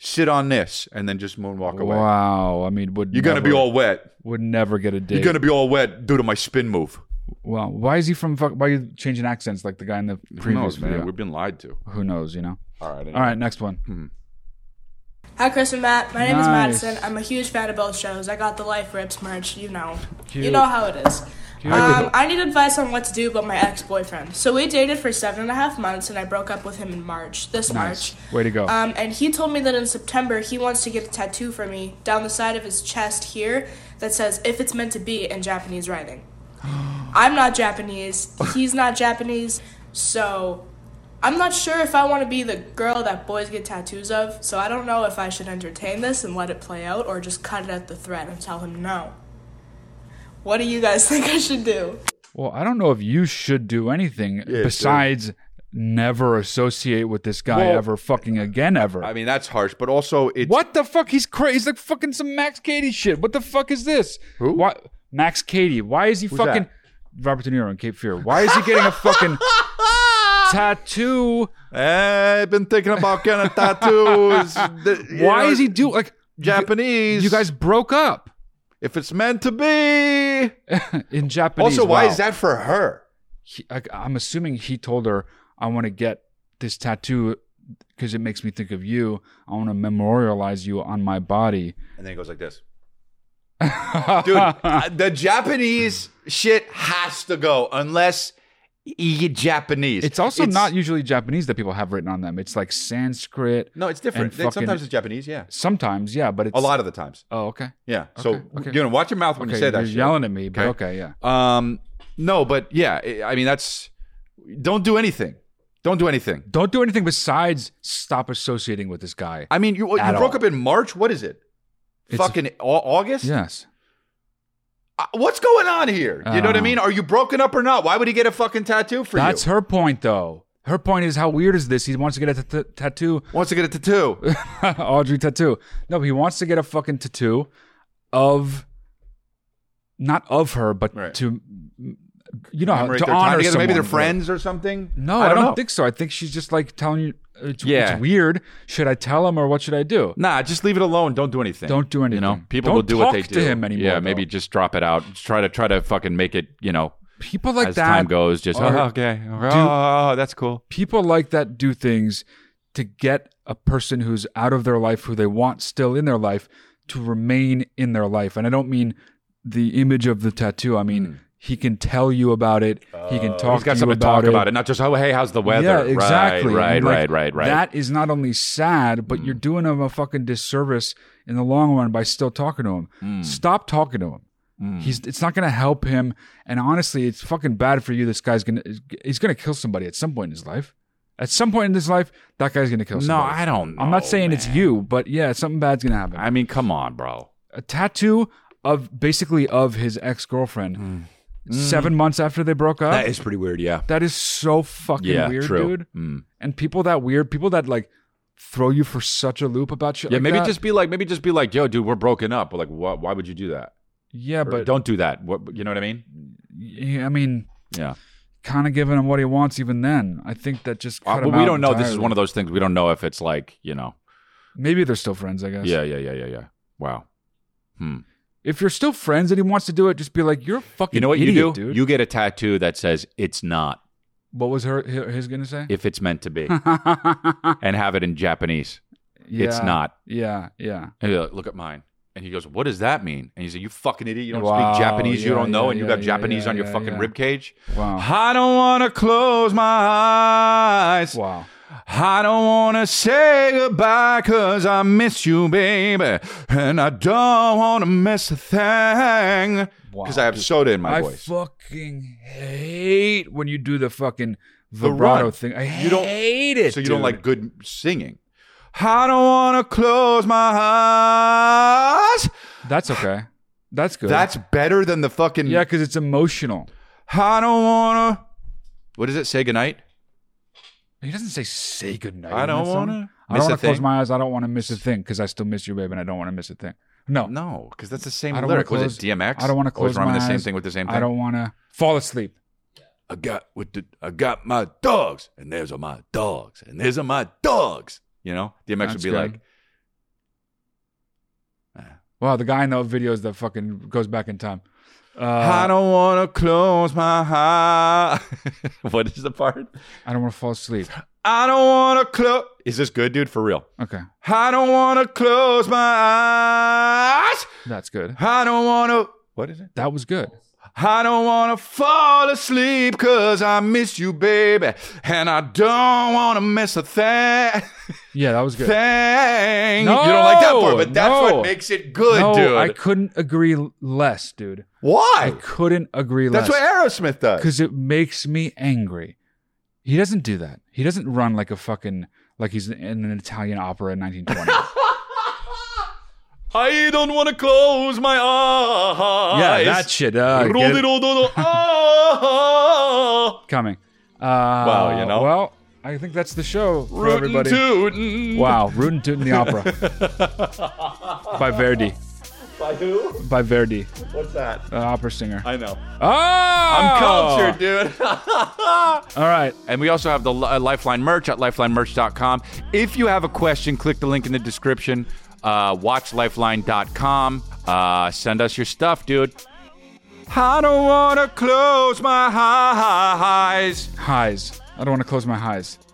S3: Sit on this, and then just moonwalk away.
S1: Wow. I mean, would
S3: You're gonna be
S1: never-
S3: all wet.
S1: would never get a date.
S3: You're gonna be all wet due to my spin move.
S1: Wow. Why is he from fuck? Why are you changing accents like the guy in the
S3: Who knows,
S1: previous
S3: man?
S1: video?
S3: We've been lied to.
S1: Who knows? You know.
S3: All right. anyway. Mm-hmm.
S1: All right. Next one.
S15: Hi, Chris and Matt. My name
S1: Nice.
S15: is Madison. I'm a huge fan of both shows. I got the Life Rips merch, you know. You
S1: Cute.
S15: know how it is.
S1: Cute.
S15: Um, I need advice on what to do about my ex boyfriend. So we dated for seven and a half months, and I broke up with him in March, this
S1: Nice.
S15: March.
S1: Way to go.
S15: Um, and he told me that in September he wants to get a tattoo for me down the side of his chest here that says "If it's meant to be" in Japanese writing. I'm not Japanese. He's not Japanese, so I'm not sure if I want to be the girl that boys get tattoos of. So I don't know if I should entertain this and let it play out, or just cut it at the thread and tell him no. What do you guys [laughs] think I should do?
S1: Well, I don't know if you should do anything
S3: sure.
S1: besides never associate with this guy
S3: Well-
S1: ever fucking again ever.
S3: I mean, that's harsh, but also it's
S1: what the fuck? He's crazy. He's like fucking some Max Cady shit. What the fuck is this? Who? Why, Max Cady. Why is he
S3: Who's
S1: fucking Robert De Niro in Cape Fear? Why is he getting a fucking tattoo?
S3: Eh, I've been thinking about getting
S1: [laughs]
S3: tattoos. The- you
S1: Why
S3: know,
S1: is he do like
S3: Japanese?
S1: You guys broke up
S3: If it's meant to be.
S1: [laughs] in Japanese.
S3: Also, why
S1: wow.
S3: is that for her?
S1: he, I, I'm assuming he told her, "I want to get this tattoo because it makes me think of you. I want to memorialize you on my
S3: [laughs]
S1: body."
S3: And then it goes like this.
S1: [laughs]
S3: Dude, uh, the Japanese shit has to go unless you Japanese.
S1: It's also not usually Japanese that people have written on them. It's like Sanskrit.
S3: No, it's
S1: and
S3: different. They- sometimes
S1: fucking-
S3: it's Japanese, yeah.
S1: Sometimes, yeah, but it's
S3: A lot of the times.
S1: Oh, okay.
S3: Yeah. So
S1: Okay, okay.
S3: you know, watch your mouth when you
S1: Okay,
S3: say that.
S1: you're
S3: shit.
S1: yelling at me, but okay, yeah.
S3: Um, no, but yeah, I- I mean that's don't do anything. Don't do anything.
S1: Don't do anything besides stop associating with this guy.
S3: I mean, you you
S1: At
S3: broke
S1: all.
S3: up in March. What is it?
S1: It's-
S3: Fucking Au- August.
S1: yes.
S3: Uh, What's going on here? You know what I
S1: Uh.
S3: mean? Are you broken up or not? Why would he get a fucking tattoo for
S1: That's
S3: you?
S1: her point, though. Her point is how weird is this? He wants to get a t- t- tattoo.
S3: Wants to get a tattoo.
S1: [laughs] Audrey tattoo. No, but he wants to get a fucking tattoo of not of her, but to m- you know,
S3: commemorate
S1: to
S3: their time
S1: honor
S3: together. Maybe
S1: someone,
S3: they're
S1: but-
S3: friends or something.
S1: No,
S3: I
S1: I
S3: don't
S1: don't,
S3: know.
S1: think so. I think she's just like telling you uh, it's,
S3: Yeah.
S1: it's weird. Should I tell him or what should I do?
S3: Nah, just leave it alone. Don't do anything.
S1: Don't do anything.
S3: You know, people
S1: Don't
S3: will do what
S1: talk
S3: they
S1: to
S3: do.
S1: him anymore,
S3: Yeah, maybe just drop it out. Just try to try to fucking make it. You know,
S1: people like
S3: as
S1: that
S3: time goes, just
S1: are-
S3: oh, okay.
S1: do-
S3: oh, that's cool.
S1: People like that do things to get a person who's out of their life, who they want still in their life, to remain in their life. And I don't mean the image of the tattoo. I mean he can tell you about it. he can talk.
S3: Hmm. Uh, He's got
S1: to you
S3: something to
S1: about
S3: talk
S1: it.
S3: about it. Not just oh, hey, how's the weather?
S1: Yeah, exactly.
S3: Right,
S1: And,
S3: right,
S1: like,
S3: right, Mm. right, right.
S1: That is not only sad, but you're doing him a fucking disservice in the long run by still talking to him.
S3: Mm.
S1: Stop talking to him.
S3: Mm.
S1: He's it's not going to help him, and honestly, it's fucking bad for you. This guy's gonna he's gonna kill somebody at some point in his life. At some point in his life, that guy's gonna kill
S3: No,
S1: somebody.
S3: I don't
S1: I'm
S3: know,
S1: not saying it's you, but yeah, something bad's gonna happen.
S3: I mean, come on, bro.
S1: A tattoo of basically of his ex girlfriend. Seven months after they broke up.
S3: Mm. That is pretty weird. Yeah.
S1: That is so fucking
S3: Yeah,
S1: weird,
S3: true.
S1: dude.
S3: Mm.
S1: And people that weird, people that like throw you for such a loop about shit.
S3: Yeah,
S1: like
S3: maybe
S1: that.
S3: just be like, maybe just be like, yo, dude, we're broken up. But like, why, why would you do that?
S1: Yeah,
S3: Or
S1: but-
S3: don't do that. What you know what I mean?
S1: Yeah, I mean,
S3: yeah,
S1: kind of giving him what he wants even then. I think that just.
S3: Uh,
S1: Cut
S3: but
S1: him
S3: we
S1: out
S3: don't know. This is
S1: entirely.
S3: one of those things we don't know if it's like you know.
S1: Maybe they're still friends. I guess.
S3: Yeah, yeah, yeah, yeah, yeah. Wow. Hmm.
S1: If you're still friends and he wants to do it, just be like, "You're a fucking."
S3: You know what
S1: idiot,
S3: you do?
S1: dude.
S3: You get a tattoo that says
S1: [laughs]
S3: it's not
S1: What was her his gonna say?
S3: if it's meant
S1: [laughs]
S3: to be, and have it in Japanese. It's
S1: Yeah,
S3: not.
S1: Yeah, yeah.
S3: And you're like, look at mine. And he goes, "What does that mean?" And you say, "You fucking idiot! You don't
S1: Wow,
S3: speak Japanese. you
S1: yeah,
S3: don't know,
S1: yeah,
S3: and you
S1: yeah,
S3: got
S1: yeah,
S3: Japanese
S1: yeah,
S3: on your
S1: yeah,
S3: fucking
S1: yeah.
S3: rib cage."
S1: Wow.
S3: I don't want to close my eyes.
S1: Wow.
S3: I don't want to say goodbye because I miss you, baby. And I don't want to miss a thing. Because I have soda in my
S1: I
S3: voice.
S1: fucking hate when you do the fucking
S3: The
S1: vibrato
S3: run.
S1: thing. I
S3: You don't-
S1: hate it.
S3: So you don't
S1: dude.
S3: like good singing. I don't want to close my eyes.
S1: That's okay. That's good.
S3: That's better than the fucking.
S1: yeah, because it's emotional.
S3: I don't want to. What does it say? Goodnight?
S1: He doesn't say say goodnight.
S3: I
S1: in
S3: don't
S1: that song.
S3: wanna
S1: I
S3: miss
S1: don't
S3: a
S1: want to close
S3: thing.
S1: my eyes. I don't want to miss a thing because I still miss you, babe, and I don't want to miss a thing. No,
S3: no, because that's the same
S1: I don't
S3: lyric.
S1: wanna
S3: Was it DMX?
S1: I don't want to
S3: Always
S1: close
S3: rhyming
S1: my
S3: the same
S1: eyes.
S3: thing with the same
S1: I
S3: thing?
S1: don't want to fall asleep.
S3: I got with the I got my dogs, and those are my dogs, and those are my dogs. You know, DMX would
S1: That's
S3: be
S1: good.
S3: like,
S1: Wow, the guy in the videos that fucking goes back in time. Uh,
S3: I don't want to close my eyes. [laughs] what is the part?
S1: I don't want to fall asleep.
S3: I don't want to close. Is this good, dude? For real?
S1: Okay,
S3: I don't want to close my eyes.
S1: that's good.
S3: I don't want to. What is it?
S1: That was good.
S3: I don't want to fall asleep because I miss you, baby. And I don't want to miss a thing. [laughs]
S1: Yeah, that was good.
S3: Thing.
S1: No,
S3: you don't like that part, but that's
S1: no.
S3: what makes it good,
S1: No,
S3: dude.
S1: I couldn't agree l- less, dude. I
S3: Why?
S1: couldn't agree less.
S3: That's what Aerosmith does.
S1: because it makes me angry. He doesn't do that. He doesn't run like a fucking like he's in an Italian opera in 1920.
S3: [laughs] I don't want to close my eyes.
S1: yeah, that shit. Uh,
S3: Roll
S1: get it
S3: it, roll, roll, roll. Ah.
S1: coming. Uh,
S3: Well, you know.
S1: Well, I think that's the show for
S3: Rootin'
S1: everybody.
S3: tootin'.
S1: Wow, Rootin' Tootin' the opera
S3: [laughs]
S1: by Verdi.
S3: By who?
S1: By Verdi,
S3: What's that?
S1: an opera singer.
S3: I know.
S1: Oh, I'm
S3: I'm cultured, [laughs]
S1: [laughs]
S3: dude.
S1: All right.
S3: And we also have the li- uh, Lifeline merch at lifelinemerch.com. If you have a question, click the link in the description. Uh, watchlifeline.com. Uh, send us your stuff, dude. I don't want to close my eyes.
S1: Highs. I don't want to close my highs.